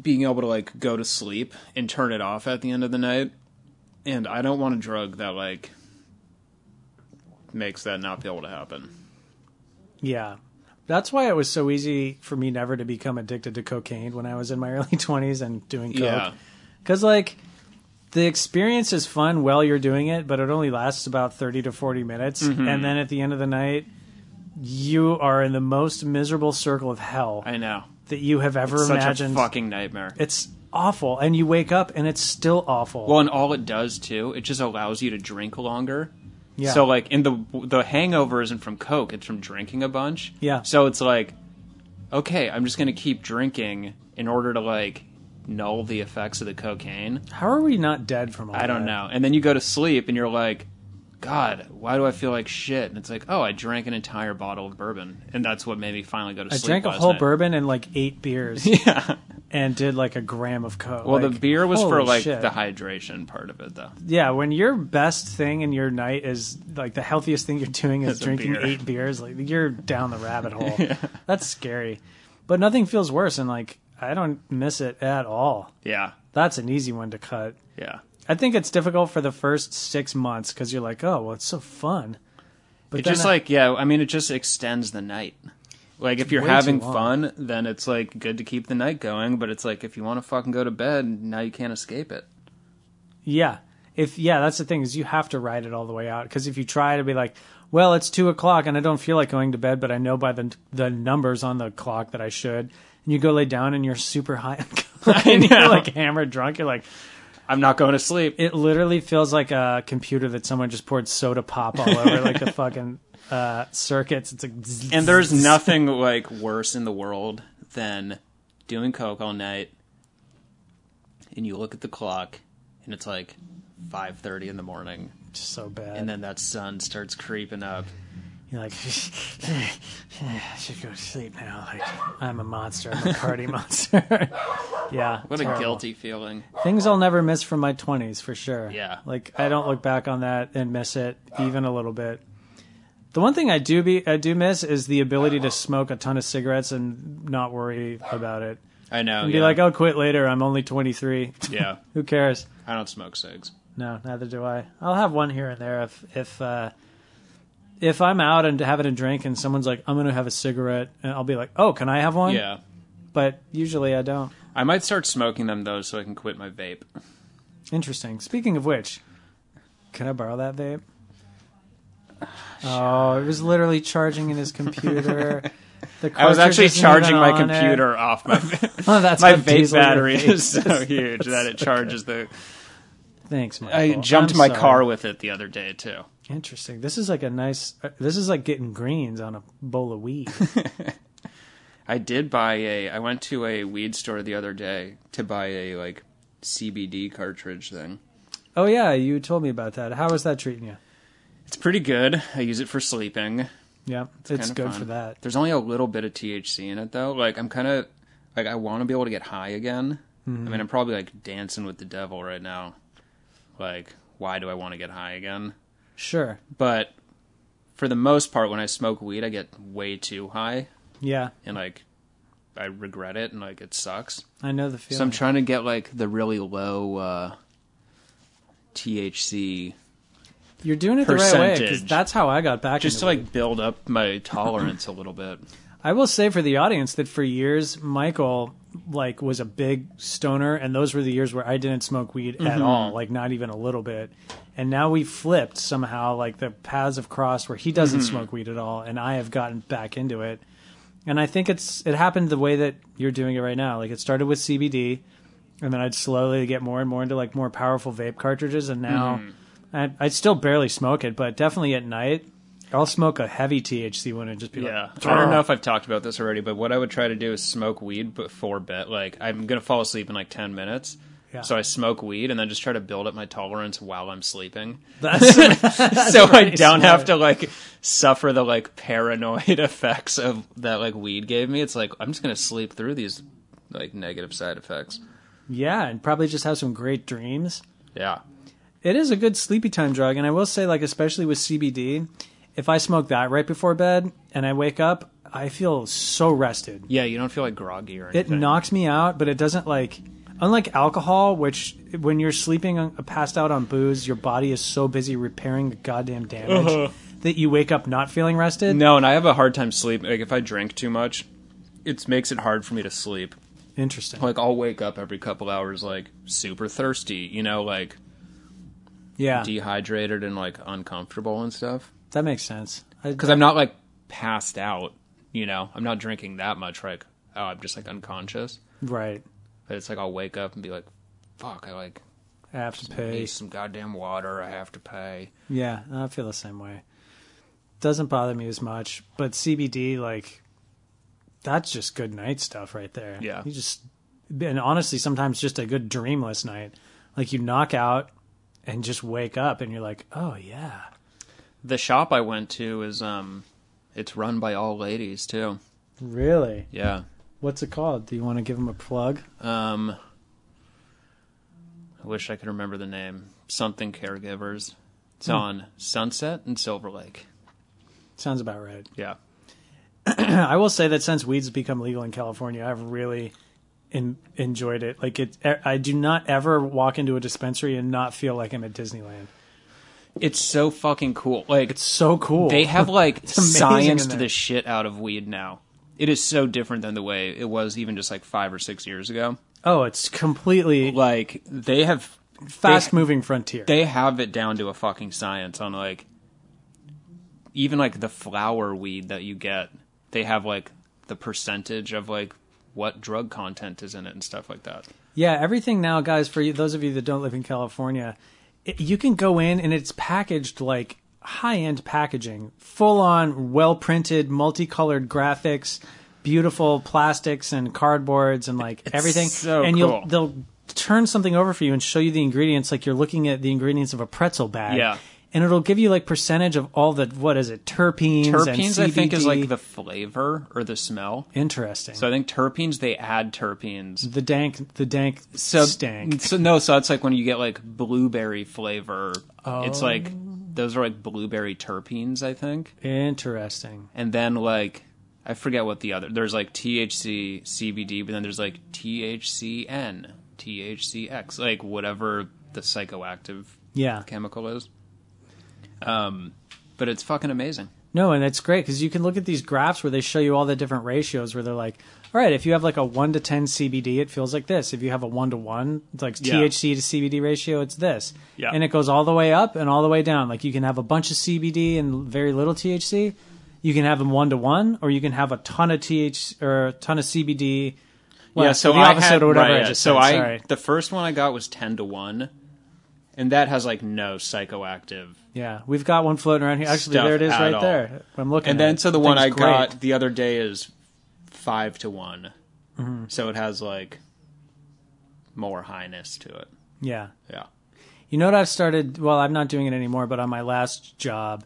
Speaker 3: being able to like go to sleep and turn it off at the end of the night, and I don't want a drug that like makes that not be able to happen.
Speaker 2: yeah. That's why it was so easy for me never to become addicted to cocaine when I was in my early 20s and doing coke.
Speaker 3: Yeah,
Speaker 2: Because, like, the experience is fun while you're doing it, but it only lasts about 30 to 40 minutes.
Speaker 3: Mm-hmm.
Speaker 2: And then at the end of the night, you are in the most miserable circle of hell
Speaker 3: I know.
Speaker 2: that you have ever
Speaker 3: Such
Speaker 2: imagined.
Speaker 3: a fucking nightmare.
Speaker 2: it's awful. And you wake up and it's still awful.
Speaker 3: Well, and all it does too, it just allows you to drink longer.
Speaker 2: yeah.
Speaker 3: So like, in the the hangover isn't from coke; it's from drinking a bunch.
Speaker 2: Yeah.
Speaker 3: So it's like, okay, I'm just gonna keep drinking in order to like null the effects of the cocaine.
Speaker 2: How are we not dead from all
Speaker 3: I don't
Speaker 2: that?
Speaker 3: know. And then you go to sleep and you're like, God, why do I feel like shit? And it's like, oh, I drank an entire bottle of bourbon, and that's what made me finally go to
Speaker 2: I
Speaker 3: sleep.
Speaker 2: drank a
Speaker 3: last
Speaker 2: whole
Speaker 3: night.
Speaker 2: bourbon and like eight beers
Speaker 3: Yeah.
Speaker 2: and did like a gram of coke.
Speaker 3: Well, the
Speaker 2: Like,
Speaker 3: beer was for
Speaker 2: holy
Speaker 3: like
Speaker 2: shit.
Speaker 3: the hydration part of it, though.
Speaker 2: Yeah, when your best thing in your night is like the healthiest thing you're doing is
Speaker 3: Is a
Speaker 2: drinking
Speaker 3: beer.
Speaker 2: eight beers, like you're down the rabbit hole. That's scary. But nothing feels worse and like I don't miss it at all.
Speaker 3: Yeah.
Speaker 2: That's an easy one to cut.
Speaker 3: Yeah.
Speaker 2: I think it's difficult for the first six months because you're like, oh, well, it's so fun. But
Speaker 3: It
Speaker 2: then uh,
Speaker 3: just
Speaker 2: I-
Speaker 3: like yeah, I mean, it just extends the night. Like if you're
Speaker 2: way too
Speaker 3: having
Speaker 2: long.
Speaker 3: fun, then it's like good to keep the night going. But it's like if you want to fucking go to bed, now you can't escape it.
Speaker 2: Yeah. If yeah, that's the thing is you have to ride it all the way out because if you try to be like, well, it's two o'clock and I don't feel like going to bed, but I know by the the numbers on the clock that I should, and you go lay down and you're super high, on coke, and you're
Speaker 3: know.
Speaker 2: like hammered drunk. You're like,
Speaker 3: I'm not going to sleep.
Speaker 2: it literally feels like a computer that someone just poured soda pop all over like the fucking uh, circuits. It's like, zzz,
Speaker 3: And there's nothing like worse in the world than doing coke all night, and you look at the clock, and it's like five thirty in the morning,
Speaker 2: zzz, so bad.
Speaker 3: and then that sun starts creeping up.
Speaker 2: You're like, I should go to sleep now. Like, I'm a monster. I'm a party monster. yeah.
Speaker 3: What a
Speaker 2: terrible.
Speaker 3: guilty feeling!
Speaker 2: Things I'll never miss from my 20s for sure.
Speaker 3: Uh-huh. Yeah. Uh-huh.
Speaker 2: Like I don't look back on that and miss it even a little bit. The one thing I do be I do miss is the ability
Speaker 3: Uh-huh.
Speaker 2: to smoke a ton of cigarettes and not worry about it.
Speaker 3: I know.
Speaker 2: And
Speaker 3: yeah.
Speaker 2: be like, "I'll quit later. I'm only 23.
Speaker 3: yeah,
Speaker 2: Who cares?"
Speaker 3: I don't smoke cigs.
Speaker 2: No, neither do I. I'll have one here and there if if uh if I'm out and having a drink and someone's like, "I'm going to have a cigarette." And I'll be like, "Oh, can I have one?"
Speaker 3: Yeah,
Speaker 2: But usually I don't.
Speaker 3: I might start smoking them though, so I can quit my vape.
Speaker 2: Interesting. Speaking of which, can I borrow that vape? Oh, it was literally charging in his computer. The
Speaker 3: I was
Speaker 2: cartridge
Speaker 3: actually
Speaker 2: isn't
Speaker 3: charging
Speaker 2: even
Speaker 3: my
Speaker 2: on it.
Speaker 3: computer off my
Speaker 2: Oh, that's
Speaker 3: my
Speaker 2: what
Speaker 3: vape
Speaker 2: diesel in your
Speaker 3: battery
Speaker 2: vape
Speaker 3: is so huge that it charges the.
Speaker 2: Thanks, Michael.
Speaker 3: I jumped
Speaker 2: I'm
Speaker 3: my
Speaker 2: sorry.
Speaker 3: car with it the other day too.
Speaker 2: Interesting. This is like a nice. uh, This is like getting greens on a bowl of weed.
Speaker 3: I did buy a. I went to a weed store the other day to buy a like CBD cartridge thing.
Speaker 2: oh yeah, you told me about that. How is that treating you?
Speaker 3: It's pretty good. I use it for sleeping.
Speaker 2: Yeah, it's,
Speaker 3: Kinda
Speaker 2: good
Speaker 3: fun.
Speaker 2: for that.
Speaker 3: There's only a little bit of THC in it though. Like I'm kind of like I want to be able to get high again.
Speaker 2: Mm-hmm.
Speaker 3: I mean, I'm probably like dancing with the devil right now. Like, why do I want to get high again?
Speaker 2: Sure.
Speaker 3: But for the most part, when I smoke weed, I get way too high
Speaker 2: Yeah,
Speaker 3: and like I regret it and like it sucks.
Speaker 2: I know the feeling.
Speaker 3: So I'm trying to get like the really low uh, THC
Speaker 2: You're doing it the right way because
Speaker 3: Percentage.
Speaker 2: that's how I got back.
Speaker 3: just
Speaker 2: into
Speaker 3: to like build up my tolerance a little bit.
Speaker 2: I will say for the audience that for years Michael like was a big stoner and those were the years where I didn't smoke weed at all, like not even a little bit. And now we flipped somehow like the paths have crossed where he doesn't smoke weed at all and I have gotten back into it. And I think it's it happened the way that you're doing it right now. Like it started with CBD and then I'd slowly get more and more into like more powerful vape cartridges and now I, I still barely smoke it, but definitely at night I'll smoke a heavy THC one and just be like
Speaker 3: Yeah, I don't know if I've talked about this already, but what I would try to do is smoke weed before bed. Like I'm gonna fall asleep in like ten minutes.
Speaker 2: Yeah.
Speaker 3: So I smoke weed and then just try to build up my tolerance while I'm sleeping,
Speaker 2: That's
Speaker 3: so I don't have to like suffer the like paranoid effects of that like weed gave me. It's like I'm just gonna sleep through these like negative side effects.
Speaker 2: yeah, and probably just have some great dreams.
Speaker 3: Yeah,
Speaker 2: It is a good sleepy time drug, and I will say, like especially with CBD, if I smoke that right before bed and I wake up, I feel so rested.
Speaker 3: Yeah, you don't feel like groggy or
Speaker 2: It
Speaker 3: anything.
Speaker 2: knocks me out, but it doesn't like unlike alcohol, which when you're sleeping on, passed out on booze, your body is so busy repairing the goddamn damage that you wake up not feeling rested.
Speaker 3: Uh-huh. No, and I have a hard time sleep. Like if I drink too much, it makes it hard for me to sleep.
Speaker 2: Interesting.
Speaker 3: Like I'll wake up every couple hours like super thirsty, you know, like
Speaker 2: yeah,
Speaker 3: dehydrated and like uncomfortable and stuff.
Speaker 2: that makes sense. I,
Speaker 3: Because I'm not like passed out, you know. I'm not drinking that much. Like oh, I'm just like unconscious.
Speaker 2: right.
Speaker 3: But it's like I'll wake up and be like, fuck, I like
Speaker 2: I have to
Speaker 3: need
Speaker 2: pay.
Speaker 3: some goddamn water. I have to pay.
Speaker 2: Yeah, I feel the same way. Doesn't bother me as much, but CBD like that's just good night stuff right there.
Speaker 3: Yeah.
Speaker 2: You just and honestly sometimes just a good dreamless night. Like you knock out and just wake up and you're like, "Oh yeah."
Speaker 3: The shop I went to is um, it's run by all ladies too.
Speaker 2: Really?
Speaker 3: Yeah.
Speaker 2: What's it called? Do you want to give them a plug?
Speaker 3: Um, I wish I could remember the name. Something caregivers. It's on Sunset and Silver Lake.
Speaker 2: Sounds about right.
Speaker 3: Yeah.
Speaker 2: I will say that since weed's become legal in California, I've really en- enjoyed it. Like it e, I do not ever walk into a dispensary and not feel like I'm at Disneyland.
Speaker 3: It's so fucking cool. Like
Speaker 2: It's so cool.
Speaker 3: they have like
Speaker 2: amazing in
Speaker 3: scienced
Speaker 2: there.
Speaker 3: the shit out of weed now. It is so different than the way it was even just like five or six years ago.
Speaker 2: Oh, it's completely
Speaker 3: Like they have
Speaker 2: fast moving frontier.
Speaker 3: they have it down to a fucking science on like even like the flower weed that you get they have like the percentage of like what drug content is in it and stuff like that
Speaker 2: yeah, everything now, guys, for you, those of you that don't live in California, it, you can go in and it's packaged like high end packaging, full on, well printed, multicolored graphics, beautiful plastics and cardboards and like everything.
Speaker 3: so
Speaker 2: and
Speaker 3: cool.
Speaker 2: you'll they'll turn something over for you and show you the ingredients like you're looking at the ingredients of a pretzel bag.
Speaker 3: Yeah.
Speaker 2: And it'll give you like percentage of all the what is it terpenes? and
Speaker 3: terpenes i think is
Speaker 2: CBD.
Speaker 3: like the flavor or the smell
Speaker 2: interesting.
Speaker 3: so i think terpenes they add terpenes
Speaker 2: the dank, the dank
Speaker 3: so
Speaker 2: stank.
Speaker 3: so no so it's like when you get like blueberry flavor it's like
Speaker 2: Oh.
Speaker 3: those are like blueberry terpenes i think
Speaker 2: Interesting.
Speaker 3: and then like I forget what the other. There's like THC CBD, but then there's like THCN, THCX, like whatever the psychoactive
Speaker 2: Yeah.
Speaker 3: chemical is. Um, but it's fucking amazing.
Speaker 2: No, and it's great because you can look at these graphs where they show you all the different ratios where they're like, all right, if you have like a 1 to 10 CBD, it feels like this. If you have a 1 to 1, it's like
Speaker 3: Yeah.
Speaker 2: THC to CBD ratio, it's this.
Speaker 3: Yeah.
Speaker 2: And it goes all the way up and all the way down. Like you can have a bunch of CBD and very little THC. You can have them 1 to 1 or you can have a ton of TH or a ton of CBD. Well, the opposite or whatever
Speaker 3: right,
Speaker 2: I
Speaker 3: yeah.
Speaker 2: just
Speaker 3: so
Speaker 2: said,
Speaker 3: I
Speaker 2: sorry.
Speaker 3: the first one I got was ten to one, and that has like no psychoactive.
Speaker 2: Yeah, we've got one floating around here. Actually,
Speaker 3: Stuff
Speaker 2: there it is
Speaker 3: at
Speaker 2: right
Speaker 3: all.
Speaker 2: there. I'm looking.
Speaker 3: And
Speaker 2: at
Speaker 3: then
Speaker 2: it.
Speaker 3: so the one I
Speaker 2: Thing's great.
Speaker 3: got the other day is five to one, so it has like more highness to it.
Speaker 2: Yeah.
Speaker 3: Yeah.
Speaker 2: You know what I've started? Well, I'm not doing it anymore, but on my last job,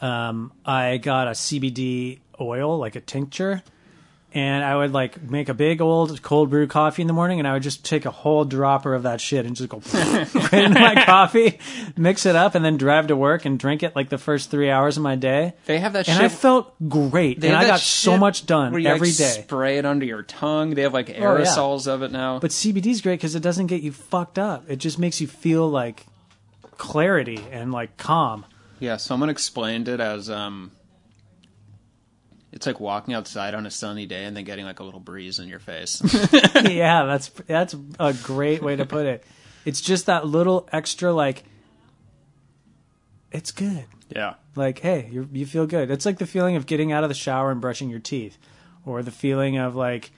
Speaker 2: um, I got a CBD oil, like a tincture, and I would like make a big old cold brew coffee in the morning, and I would just take a whole dropper of that shit and just go right into my coffee, mix it up, and then drive to work and drink it like the first three hours of my day.
Speaker 3: They have that
Speaker 2: and
Speaker 3: shit.
Speaker 2: I felt great,
Speaker 3: they
Speaker 2: and
Speaker 3: have
Speaker 2: I
Speaker 3: that
Speaker 2: got so
Speaker 3: shit
Speaker 2: much done
Speaker 3: where
Speaker 2: every
Speaker 3: you,
Speaker 2: day. Oh,
Speaker 3: like, Spray it under your tongue. They have like
Speaker 2: yeah.
Speaker 3: aerosols of it now.
Speaker 2: But CBD is great because it doesn't get you fucked up. It just makes you feel like clarity and like calm.
Speaker 3: yeah, someone explained it as um, it's like walking outside on a sunny day and then getting like a little breeze in your face.
Speaker 2: yeah, that's that's a great way to put it. It's just that little extra like it's good.
Speaker 3: yeah,
Speaker 2: Like, hey, you you feel good. It's like the feeling of getting out of the shower and brushing your teeth or the feeling of like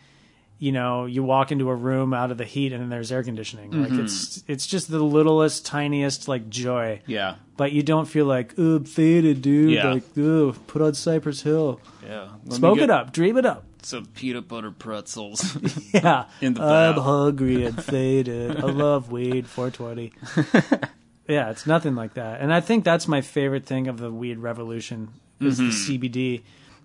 Speaker 2: you know, you walk into a room out of the heat and there's air conditioning. Like it's it's just the littlest tiniest like joy.
Speaker 3: yeah,
Speaker 2: But you don't feel like, ooh, I'm faded, dude.
Speaker 3: Yeah.
Speaker 2: Like, ooh, put on Cypress Hill.
Speaker 3: yeah.
Speaker 2: Smoke it up, dream it up.
Speaker 3: Some peanut butter pretzels.
Speaker 2: Yeah.
Speaker 3: In the
Speaker 2: I'm
Speaker 3: bath.
Speaker 2: hungry and faded. I love weed 420. yeah, it's nothing like that. And I think that's my favorite thing of the weed revolution
Speaker 3: Mm-hmm.
Speaker 2: is the CBD.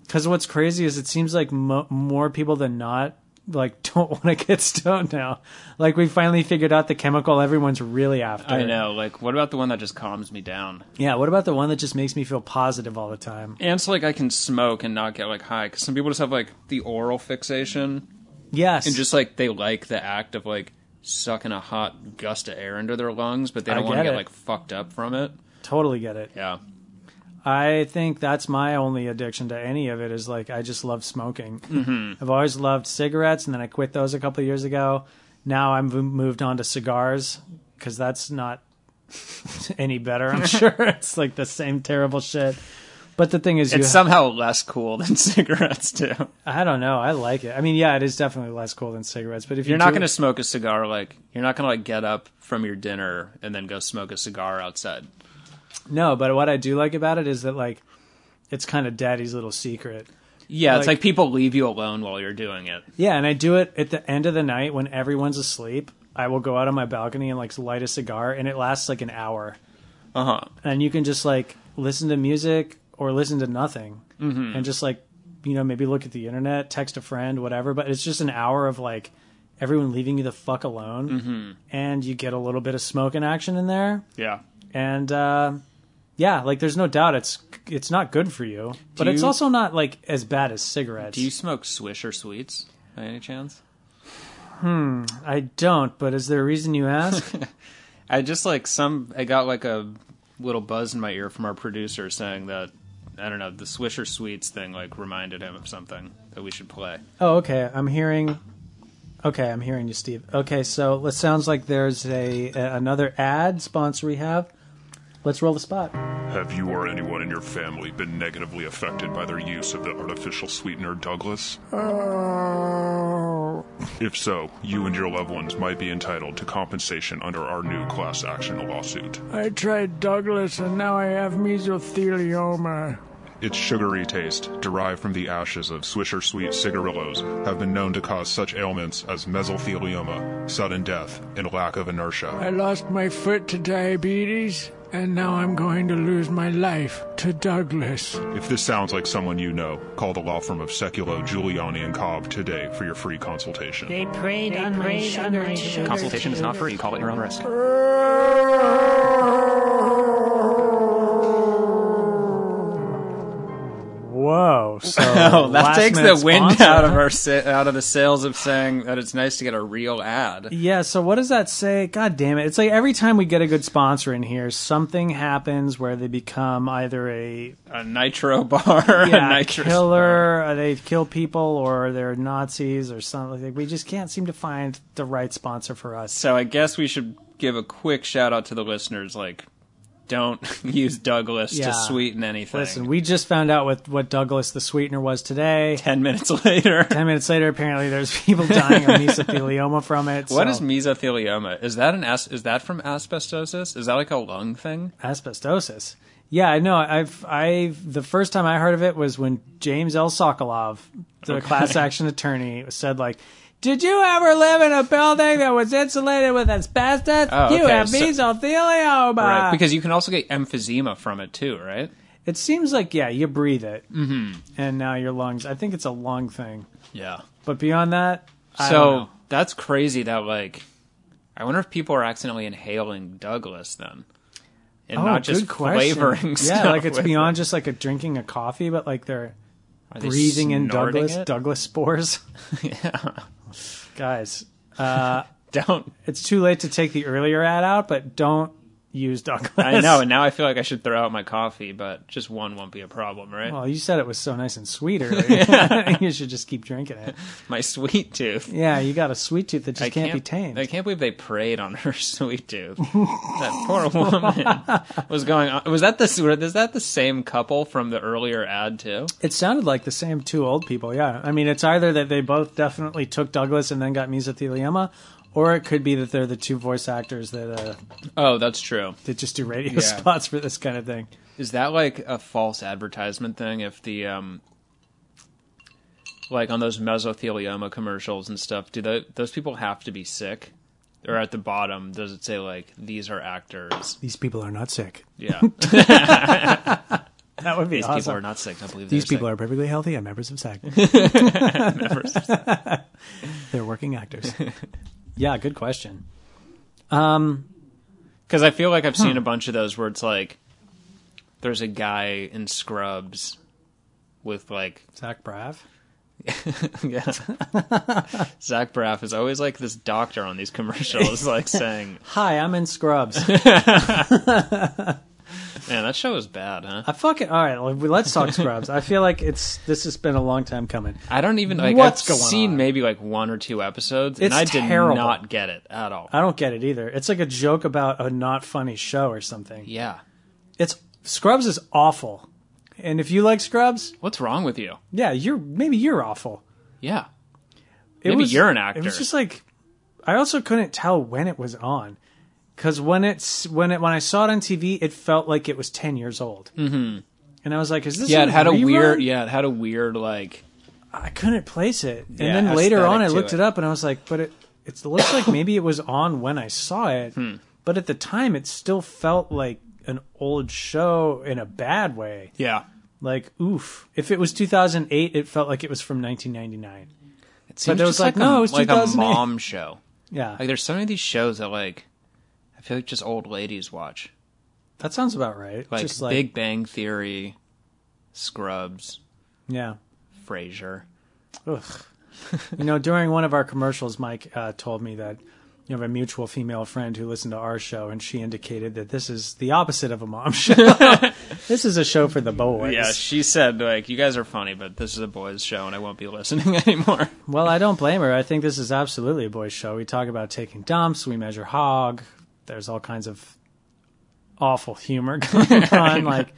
Speaker 2: Cuz what's crazy is it seems like mo- more people than not like don't want to get stoned now. Like we finally figured out the chemical everyone's really after.
Speaker 3: I know. Like, what about the one that just calms me down?
Speaker 2: Yeah, what about the one that just makes me feel positive all the time?
Speaker 3: And it's like I can smoke and not get like high because some people just have like the oral fixation
Speaker 2: Yes.
Speaker 3: and just like they like the act of like sucking a hot gust of air into their lungs, but they
Speaker 2: I
Speaker 3: don't want to
Speaker 2: get
Speaker 3: get
Speaker 2: it.
Speaker 3: like fucked up from it.
Speaker 2: totally get it.
Speaker 3: Yeah.
Speaker 2: I think that's my only addiction to any of it is like I just love smoking.
Speaker 3: Mm-hmm.
Speaker 2: I've always loved cigarettes, and then I quit those a couple of years ago. Now I'm v- moved on to cigars because that's not any better. I'm sure it's like the same terrible shit. But the thing is, you
Speaker 3: It's somehow less cool than cigarettes too.
Speaker 2: I don't know. I like it. I mean, yeah, it is definitely less cool than cigarettes. But if
Speaker 3: You're not going to
Speaker 2: to,
Speaker 3: smoke a cigar like you're not going to like get up from your dinner and then go smoke a cigar outside.
Speaker 2: no. But what I do like about it is that like it's kind of daddy's little secret.
Speaker 3: Yeah, it's
Speaker 2: Like-
Speaker 3: like people leave you alone while you're doing it.
Speaker 2: Yeah, and I do it at the end of the night when everyone's asleep. I will go out on my balcony and like light a cigar, and it lasts like an hour.
Speaker 3: Uh huh.
Speaker 2: And you can just like listen to music or listen to nothing,
Speaker 3: Mm-hmm.
Speaker 2: and just like you know maybe look at the internet, text a friend, whatever. But it's just an hour of like everyone leaving you the fuck alone,
Speaker 3: Mm-hmm.
Speaker 2: and you get a little bit of smoking action in there,
Speaker 3: Yeah.
Speaker 2: and uh, yeah, like there's no doubt it's it's not good for you, but it's
Speaker 3: you-
Speaker 2: also not like as bad as cigarettes.
Speaker 3: Do you smoke Swisher sweets by any chance?
Speaker 2: I don't, but is there a reason you ask?
Speaker 3: I just like some. I got like a little buzz in my ear from our producer saying that I don't know the Swisher Sweets thing like reminded him of something that we should play.
Speaker 2: Oh, okay. I'm hearing. Okay, I'm hearing you, Steve. Okay, so it sounds like there's a, a another ad sponsor we have. Let's roll the spot.
Speaker 10: Have you or anyone in your family been negatively affected by their use of the artificial sweetener Douglas? If so, you and your loved ones might be entitled to compensation under our new class action lawsuit.
Speaker 7: I tried Douglas and now I have mesothelioma.
Speaker 10: Its sugary taste, derived from the ashes of Swisher Sweet cigarillos, have been known to cause such ailments as mesothelioma, sudden death, and lack of inertia.
Speaker 7: I lost my foot to diabetes and now I'm going to lose my life to Douglas.
Speaker 10: If this sounds like someone you know, call the law firm of Seculo, Giuliani, and Cobb today for your free consultation.
Speaker 6: They preyed on my
Speaker 8: preyed on
Speaker 6: sugar.
Speaker 8: my
Speaker 6: sugar.
Speaker 9: Consultation is not free. Call at your own risk.
Speaker 2: Whoa! So
Speaker 3: Oh, that
Speaker 2: last
Speaker 3: takes the
Speaker 2: minute
Speaker 3: wind
Speaker 2: sponsor.
Speaker 3: out of our sa- out of the sails of saying that it's nice to get a real ad.
Speaker 2: Yeah. So what does that say? God damn it! It's like every time we get a good sponsor in here, something happens where they become either a
Speaker 3: A nitro bar,
Speaker 2: yeah,
Speaker 3: a nitro
Speaker 2: killer, or they kill people, or they're Nazis or something. Like, we just can't seem to find the right sponsor for us.
Speaker 3: So I guess we should give a quick shout out to the listeners. Like, don't use Douglas
Speaker 2: Yeah.
Speaker 3: to sweeten anything.
Speaker 2: Listen, we just found out what what Douglas the sweetener was today.
Speaker 3: Ten minutes later.
Speaker 2: Ten minutes later, apparently there's people dying of mesothelioma from it. so-
Speaker 3: What is mesothelioma? Is that an as- is that from asbestosis? Is that like a lung thing?
Speaker 2: asbestosis? Yeah, I know. I've I've the first time I heard of it was when James L. Sokolov, the class action attorney, said like. Did you ever live in a building that was insulated with asbestos?
Speaker 3: Oh,
Speaker 2: You
Speaker 3: okay,
Speaker 2: have
Speaker 3: so-
Speaker 2: mesothelioma.
Speaker 3: Right, because you can also get emphysema from it too, right?
Speaker 2: it seems like yeah, you breathe it, mm-hmm. and now your lungs. I think it's a lung thing,
Speaker 3: Yeah.
Speaker 2: but beyond that, I don't know.
Speaker 3: So that's crazy that like I wonder if people are accidentally inhaling Douglas then. And
Speaker 2: Oh,
Speaker 3: not just
Speaker 2: good question.
Speaker 3: flavoring
Speaker 2: Yeah,
Speaker 3: stuff
Speaker 2: like it's
Speaker 3: with
Speaker 2: beyond just like a drinking a coffee, but like they're
Speaker 3: it. Are they
Speaker 2: breathing in
Speaker 3: snorting
Speaker 2: Douglas
Speaker 3: it?
Speaker 2: Douglas spores. Guys,
Speaker 3: Don't
Speaker 2: it's too late to take the earlier ad out, but don't use Douglas.
Speaker 3: I know, and now I feel like I should throw out my coffee, but just one won't be a problem, right?
Speaker 2: Well, you said it was so nice and sweet earlier. you should just keep drinking it.
Speaker 3: my sweet tooth.
Speaker 2: Yeah, you got a sweet tooth that just
Speaker 3: I
Speaker 2: can't, be tamed.
Speaker 3: I can't believe they preyed on her sweet tooth. that poor woman was going on. Was that the was that the same couple from the earlier ad too?
Speaker 2: It sounded like the same two old people. Yeah, I mean, it's either that they both definitely took Douglas and then got mesothelioma, or it could be that they're the two voice actors that uh,
Speaker 3: Oh, that's true.
Speaker 2: that just do radio
Speaker 3: Yeah.
Speaker 2: spots for this kind of thing.
Speaker 3: Is that like a false advertisement thing? If the um, like on those mesothelioma commercials and stuff, do tho- those people have to be sick? Or at the bottom, does it say like these are actors?
Speaker 2: These people are not sick.
Speaker 3: Yeah,
Speaker 2: That would be
Speaker 3: these
Speaker 2: awesome.
Speaker 3: people are not sick. I believe
Speaker 2: These
Speaker 3: they're
Speaker 2: people are perfectly healthy and members of SAG.
Speaker 3: sick.
Speaker 2: They're working actors. yeah, good question. Um,
Speaker 3: Because I feel like I've seen a bunch of those where it's like there's a guy in scrubs with like
Speaker 2: Zach Braff.
Speaker 3: yeah. Zach Braff is always like this doctor on these commercials, like saying,
Speaker 2: Hi, I'm in Scrubs.
Speaker 3: "Man, that show is bad, huh?"
Speaker 2: I fucking all right. Let's talk Scrubs. I feel like it's this has been a long time coming.
Speaker 3: I don't even like.
Speaker 2: What's
Speaker 3: I've
Speaker 2: going
Speaker 3: seen
Speaker 2: on?
Speaker 3: maybe like one or two episodes,
Speaker 2: It's
Speaker 3: and I did
Speaker 2: terrible. Uh,
Speaker 3: not get it at all.
Speaker 2: I don't get it either. It's like a joke about a not funny show or something.
Speaker 3: yeah,
Speaker 2: It's Scrubs is awful. And if you like Scrubs,
Speaker 3: what's wrong with you?
Speaker 2: yeah, you're maybe you're awful.
Speaker 3: Yeah,
Speaker 2: It
Speaker 3: Maybe
Speaker 2: was-
Speaker 3: you're an
Speaker 2: It
Speaker 3: actor.
Speaker 2: was just like I also couldn't tell when it was on because when it's when it when I saw it on TV, it felt like it was ten years old. Mm-hmm. And I was like, "Is this?"
Speaker 3: yeah, it had a
Speaker 2: rerun?
Speaker 3: weird. Yeah, it had a weird like.
Speaker 2: I couldn't place it. And
Speaker 3: Yeah,
Speaker 2: then later on, I
Speaker 3: aesthetic to
Speaker 2: looked it.
Speaker 3: it.
Speaker 2: up and I was like, but it it looks like maybe it was on when I saw it,
Speaker 3: Hmm.
Speaker 2: but at the time, it still felt like an old show in a bad way.
Speaker 3: Yeah,
Speaker 2: Like, oof. If it was 2008, it felt like it was from 1999.
Speaker 3: it seems
Speaker 2: it was
Speaker 3: just
Speaker 2: like,
Speaker 3: like,
Speaker 2: no,
Speaker 3: a,
Speaker 2: it's
Speaker 3: like a
Speaker 2: 2008.
Speaker 3: mom show.
Speaker 2: Yeah,
Speaker 3: Like there's so many of these shows that like I feel like just old ladies watch,
Speaker 2: that sounds about right.
Speaker 3: like,
Speaker 2: Just like
Speaker 3: Big Bang Theory, Scrubs,
Speaker 2: yeah.
Speaker 3: Frasier.
Speaker 2: Ugh. you know, during one of our commercials, Mike uh, told me that you have a mutual female friend who listened to our show, and she indicated that this is the opposite of a mom show. this is a show for the boys.
Speaker 3: Yeah, she said like you guys are funny, but this is a boys' show, and I won't be listening anymore.
Speaker 2: Well, I don't blame her. I think this is absolutely a boys' show. We talk about taking dumps, we measure hog. There's all kinds of awful humor going on, like.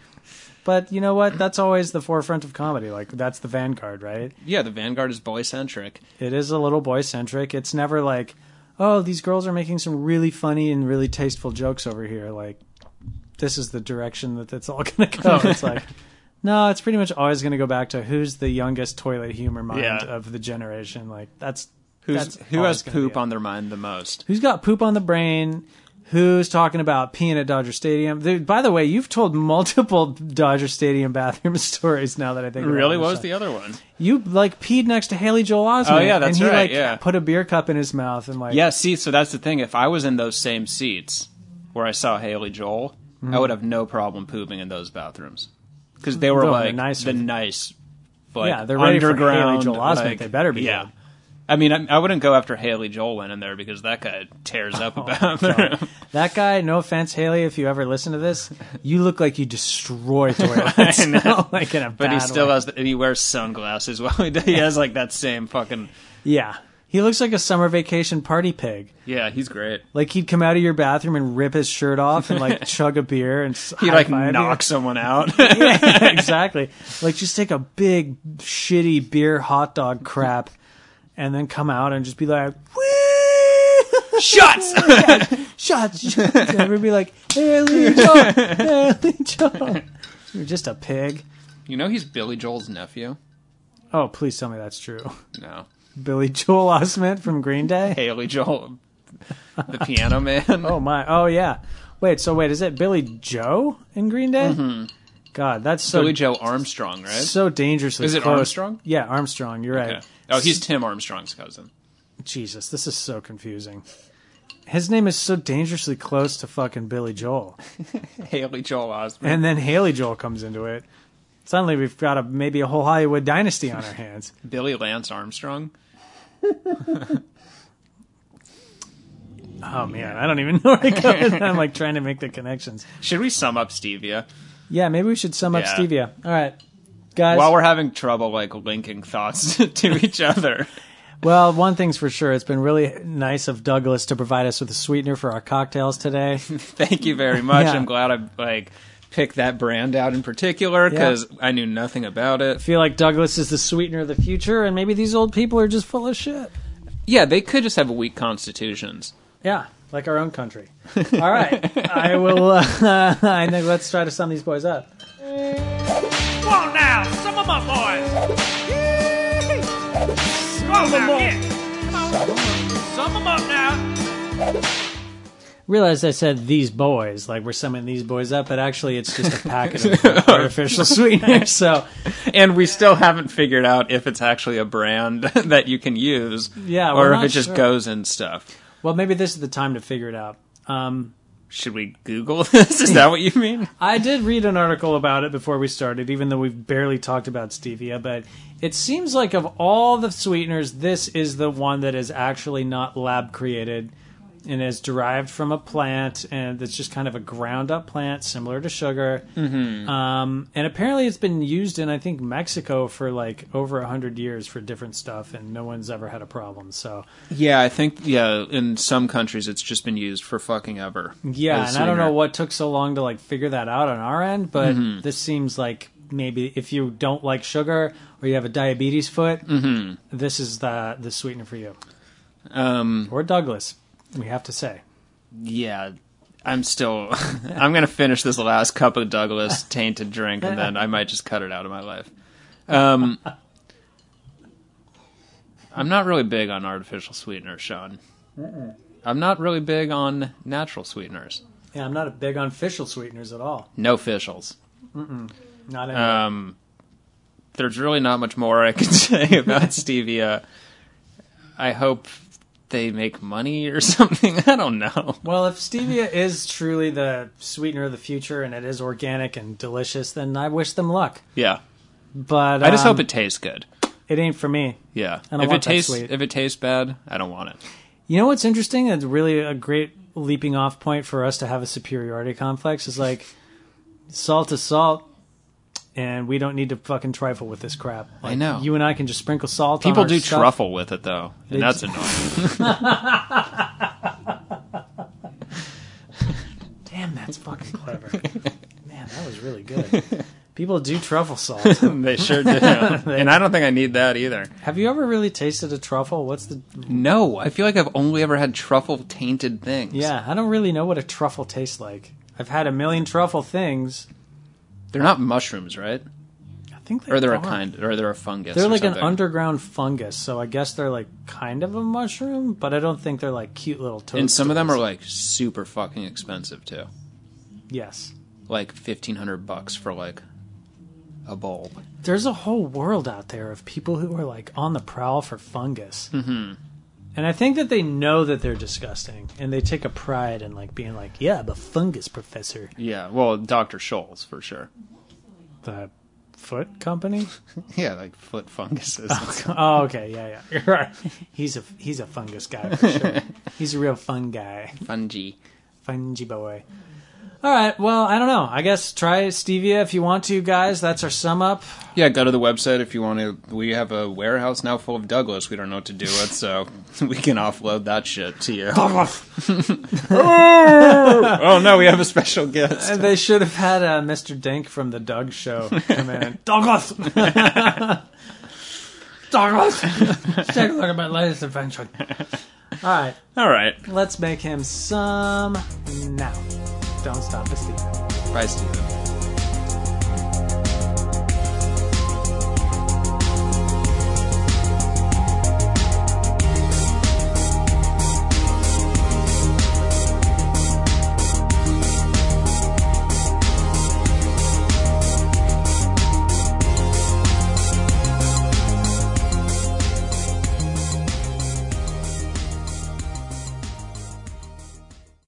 Speaker 2: But you know what? That's always the forefront of comedy. Like that's the vanguard, right?
Speaker 3: yeah, the Vanguard is boy centric.
Speaker 2: It is a little boy centric. It's never like, oh, these girls are making some really funny and really tasteful jokes over here. Like, this is the direction that it's all going to
Speaker 3: Oh.
Speaker 2: go. it's like, no, it's pretty much always going to go back to who's the youngest toilet humor mind
Speaker 3: Yeah.
Speaker 2: of the generation. Like, that's
Speaker 3: Who's,
Speaker 2: that's
Speaker 3: who
Speaker 2: always
Speaker 3: has
Speaker 2: gonna be
Speaker 3: poop
Speaker 2: it.
Speaker 3: on their mind the most?
Speaker 2: Who's got poop on the brain? Who's talking about peeing at Dodger Stadium? There, by the way, you've told multiple Dodger Stadium bathroom stories now that I think about
Speaker 3: Really?
Speaker 2: it.
Speaker 3: What was the other one?
Speaker 2: You like peed next to Haley Joel Osment.
Speaker 3: Oh, yeah, that's
Speaker 2: and he,
Speaker 3: right,
Speaker 2: Like,
Speaker 3: yeah.
Speaker 2: put a beer cup in his mouth and like.
Speaker 3: Yeah, see, so that's the thing. If I was in those same seats where I saw Haley Joel,
Speaker 2: Mm-hmm.
Speaker 3: I would have no problem pooping in those bathrooms because they were
Speaker 2: Oh, the
Speaker 3: like
Speaker 2: nicer-
Speaker 3: the nice, like
Speaker 2: Yeah, they're ready for Haley
Speaker 3: underground.
Speaker 2: Joel Osment.
Speaker 3: like-
Speaker 2: They better be
Speaker 3: Yeah.
Speaker 2: good.
Speaker 3: I mean, I, I wouldn't go after Haley Joel went in there because that guy tears up
Speaker 2: Oh,
Speaker 3: about her.
Speaker 2: That guy, no offense, Haley, if you ever listen to this, you look like you destroy toilets. like in a
Speaker 3: But he
Speaker 2: bad
Speaker 3: still
Speaker 2: way.
Speaker 3: has. The, and he wears sunglasses while he, does- he has like that same fucking.
Speaker 2: Yeah. He looks like a summer vacation party pig.
Speaker 3: Yeah, he's great.
Speaker 2: Like he'd come out of your bathroom and rip his shirt off and like chug a beer and s-
Speaker 3: He like
Speaker 2: high-five you.
Speaker 3: knocks someone out.
Speaker 2: yeah, exactly. Like just take a big shitty beer hot dog crap and then come out and just be like, "Whee!"
Speaker 3: Shots.
Speaker 2: shots. shots. Everybody be like, Haley Joel, Haley Joel. You're just a pig.
Speaker 3: You know he's Billy Joel's nephew?
Speaker 2: Oh, please tell me that's true.
Speaker 3: No.
Speaker 2: Billy Joel Osment from Green Day.
Speaker 3: Haley Joel, the piano man.
Speaker 2: Oh my. Oh yeah. Wait. So wait, is it Billy Joe in Green Day? God, that's so
Speaker 3: Mm-hmm. Billy Joe Armstrong, right?
Speaker 2: so dangerously.
Speaker 3: Is it
Speaker 2: close.
Speaker 3: Armstrong?
Speaker 2: Yeah, Armstrong. You're right.
Speaker 3: Yeah. Oh, he's Tim Armstrong's cousin.
Speaker 2: Jesus, this is so confusing. His name is so dangerously close to fucking Billy Joel.
Speaker 3: Haley Joel Osment.
Speaker 2: And then Haley Joel comes into it. Suddenly we've got a maybe a whole Hollywood dynasty on our hands.
Speaker 3: Billy Lance Armstrong.
Speaker 2: Oh man, I don't even know where to go. with that. I'm like trying to make the connections.
Speaker 3: Should we sum up Stevia?
Speaker 2: Yeah, maybe we should sum up
Speaker 3: Yeah.
Speaker 2: Stevia. All right. Guys,
Speaker 3: While we're having trouble like linking thoughts to each other.
Speaker 2: well, one thing's for sure. It's been really nice of Douglas to provide us with a sweetener for our cocktails today.
Speaker 3: Thank you very much.
Speaker 2: Yeah.
Speaker 3: I'm glad I like picked that brand out in particular because I knew nothing about it.
Speaker 2: feel like Douglas is the sweetener of the future, and maybe these old people are just full of shit.
Speaker 3: Yeah, they could just have weak constitutions.
Speaker 2: Yeah, like our own country. All right, I will. Uh, I think let's try to sum these boys up.
Speaker 6: Come on now, some of my boys. Come on now, get. Come on. Sum 'em up now.
Speaker 2: realized I said these boys, like we're summing these boys up, but actually it's just a packet of artificial sweeteners. So
Speaker 3: And we still haven't figured out if it's actually a brand that you can use,
Speaker 2: Yeah, we're
Speaker 3: or if
Speaker 2: not
Speaker 3: it just
Speaker 2: sure.
Speaker 3: goes in stuff.
Speaker 2: well, maybe this is the time to figure it out. Um,
Speaker 3: Should we Google this? Is that what you mean?
Speaker 2: I did read an article about it before we started, even though we've barely talked about stevia. But it seems like of all the sweeteners, this is the one that is actually not lab created and is derived from a plant, and it's just kind of a ground up plant similar to sugar. Um, and apparently, it's been used in I think Mexico for like over hundred years for different stuff, and no one's ever had a problem. So
Speaker 3: Yeah, I think yeah. In some countries, it's just been used for fucking ever.
Speaker 2: Yeah,
Speaker 3: As
Speaker 2: and I don't
Speaker 3: sweetener.
Speaker 2: know what took so long to like figure that out on our end, but
Speaker 3: Mm-hmm.
Speaker 2: this seems like maybe if you don't like sugar or you have a diabetes foot,
Speaker 3: Mm-hmm.
Speaker 2: this is the the sweetener for you. Um, or Douglas, we have to say.
Speaker 3: Yeah, I'm still. I'm gonna finish this last cup of Douglas tainted drink, and then I might just cut it out of my life. Um, I'm not really big on artificial sweeteners, Sean. I'm not really big on natural sweeteners.
Speaker 2: Yeah, I'm not big on official sweeteners at all.
Speaker 3: No officials.
Speaker 2: Not any.
Speaker 3: Um, there's really not much more I can say about stevia. I hope they make money or something. I don't know.
Speaker 2: well, if stevia is truly the sweetener of the future and it is organic and delicious, then I wish them luck.
Speaker 3: Yeah,
Speaker 2: But
Speaker 3: I just
Speaker 2: um,
Speaker 3: hope it tastes good.
Speaker 2: it ain't for me.
Speaker 3: Yeah,
Speaker 2: I don't
Speaker 3: if
Speaker 2: want
Speaker 3: it
Speaker 2: that
Speaker 3: tastes
Speaker 2: sweet.
Speaker 3: if it tastes bad, I don't want it.
Speaker 2: You know what's interesting? It's really a great leaping off point for us to have a superiority complex. Is like salt is salt, and we don't need to fucking trifle with this crap. Like,
Speaker 3: know.
Speaker 2: You and I can just sprinkle salt. on
Speaker 3: People
Speaker 2: our
Speaker 3: do
Speaker 2: stuff.
Speaker 3: truffle with it though,
Speaker 2: They
Speaker 3: and that's
Speaker 2: do.
Speaker 3: annoying.
Speaker 2: Damn, that's fucking clever. Man, that was really good. People do truffle salt.
Speaker 3: they sure do, and I don't think I need that either.
Speaker 2: have you ever really tasted a truffle? What's the?
Speaker 3: No, I feel like I've only ever had truffle tainted things.
Speaker 2: Yeah, I don't really know what a truffle tastes like. I've had a million truffle things.
Speaker 3: they're not mushrooms, right?
Speaker 2: I think they
Speaker 3: Or they're a
Speaker 2: are.
Speaker 3: kind, or they're a fungus.
Speaker 2: They're
Speaker 3: or
Speaker 2: like an
Speaker 3: something.
Speaker 2: underground fungus, so I guess they're like kind of a mushroom, but I don't think they're like cute little toads.
Speaker 3: And some of them are like super fucking expensive too.
Speaker 2: yes.
Speaker 3: Like fifteen hundred bucks for like a bulb.
Speaker 2: There's a whole world out there of people who are like on the prowl for fungus, mm-hmm. and I think that they know that they're disgusting, and they take a pride in like being like, "Yeah, the fungus professor."
Speaker 3: Yeah, well, Doctor Scholl's for sure.
Speaker 2: The foot company.
Speaker 3: Yeah, like foot funguses.
Speaker 2: Oh, okay, yeah, yeah, you're right. He's a he's a fungus guy for sure. he's a real fun guy.
Speaker 3: Fungi.
Speaker 2: Fungi boy. All right. Well, I don't know. I guess try stevia if you want to, guys. That's our sum up.
Speaker 3: Yeah, go to the website if you want to. We have a warehouse now full of Douglas. We don't know what to do with, so we can offload that shit to you. oh no, we have a special guest.
Speaker 2: And they should have had uh, Mr. Dink from the Doug Show come in. Douglas, Douglas, take a look at my latest invention. All right,
Speaker 3: All right,
Speaker 2: let's make him some now. Don't stop the stevia.
Speaker 3: bye, Steven.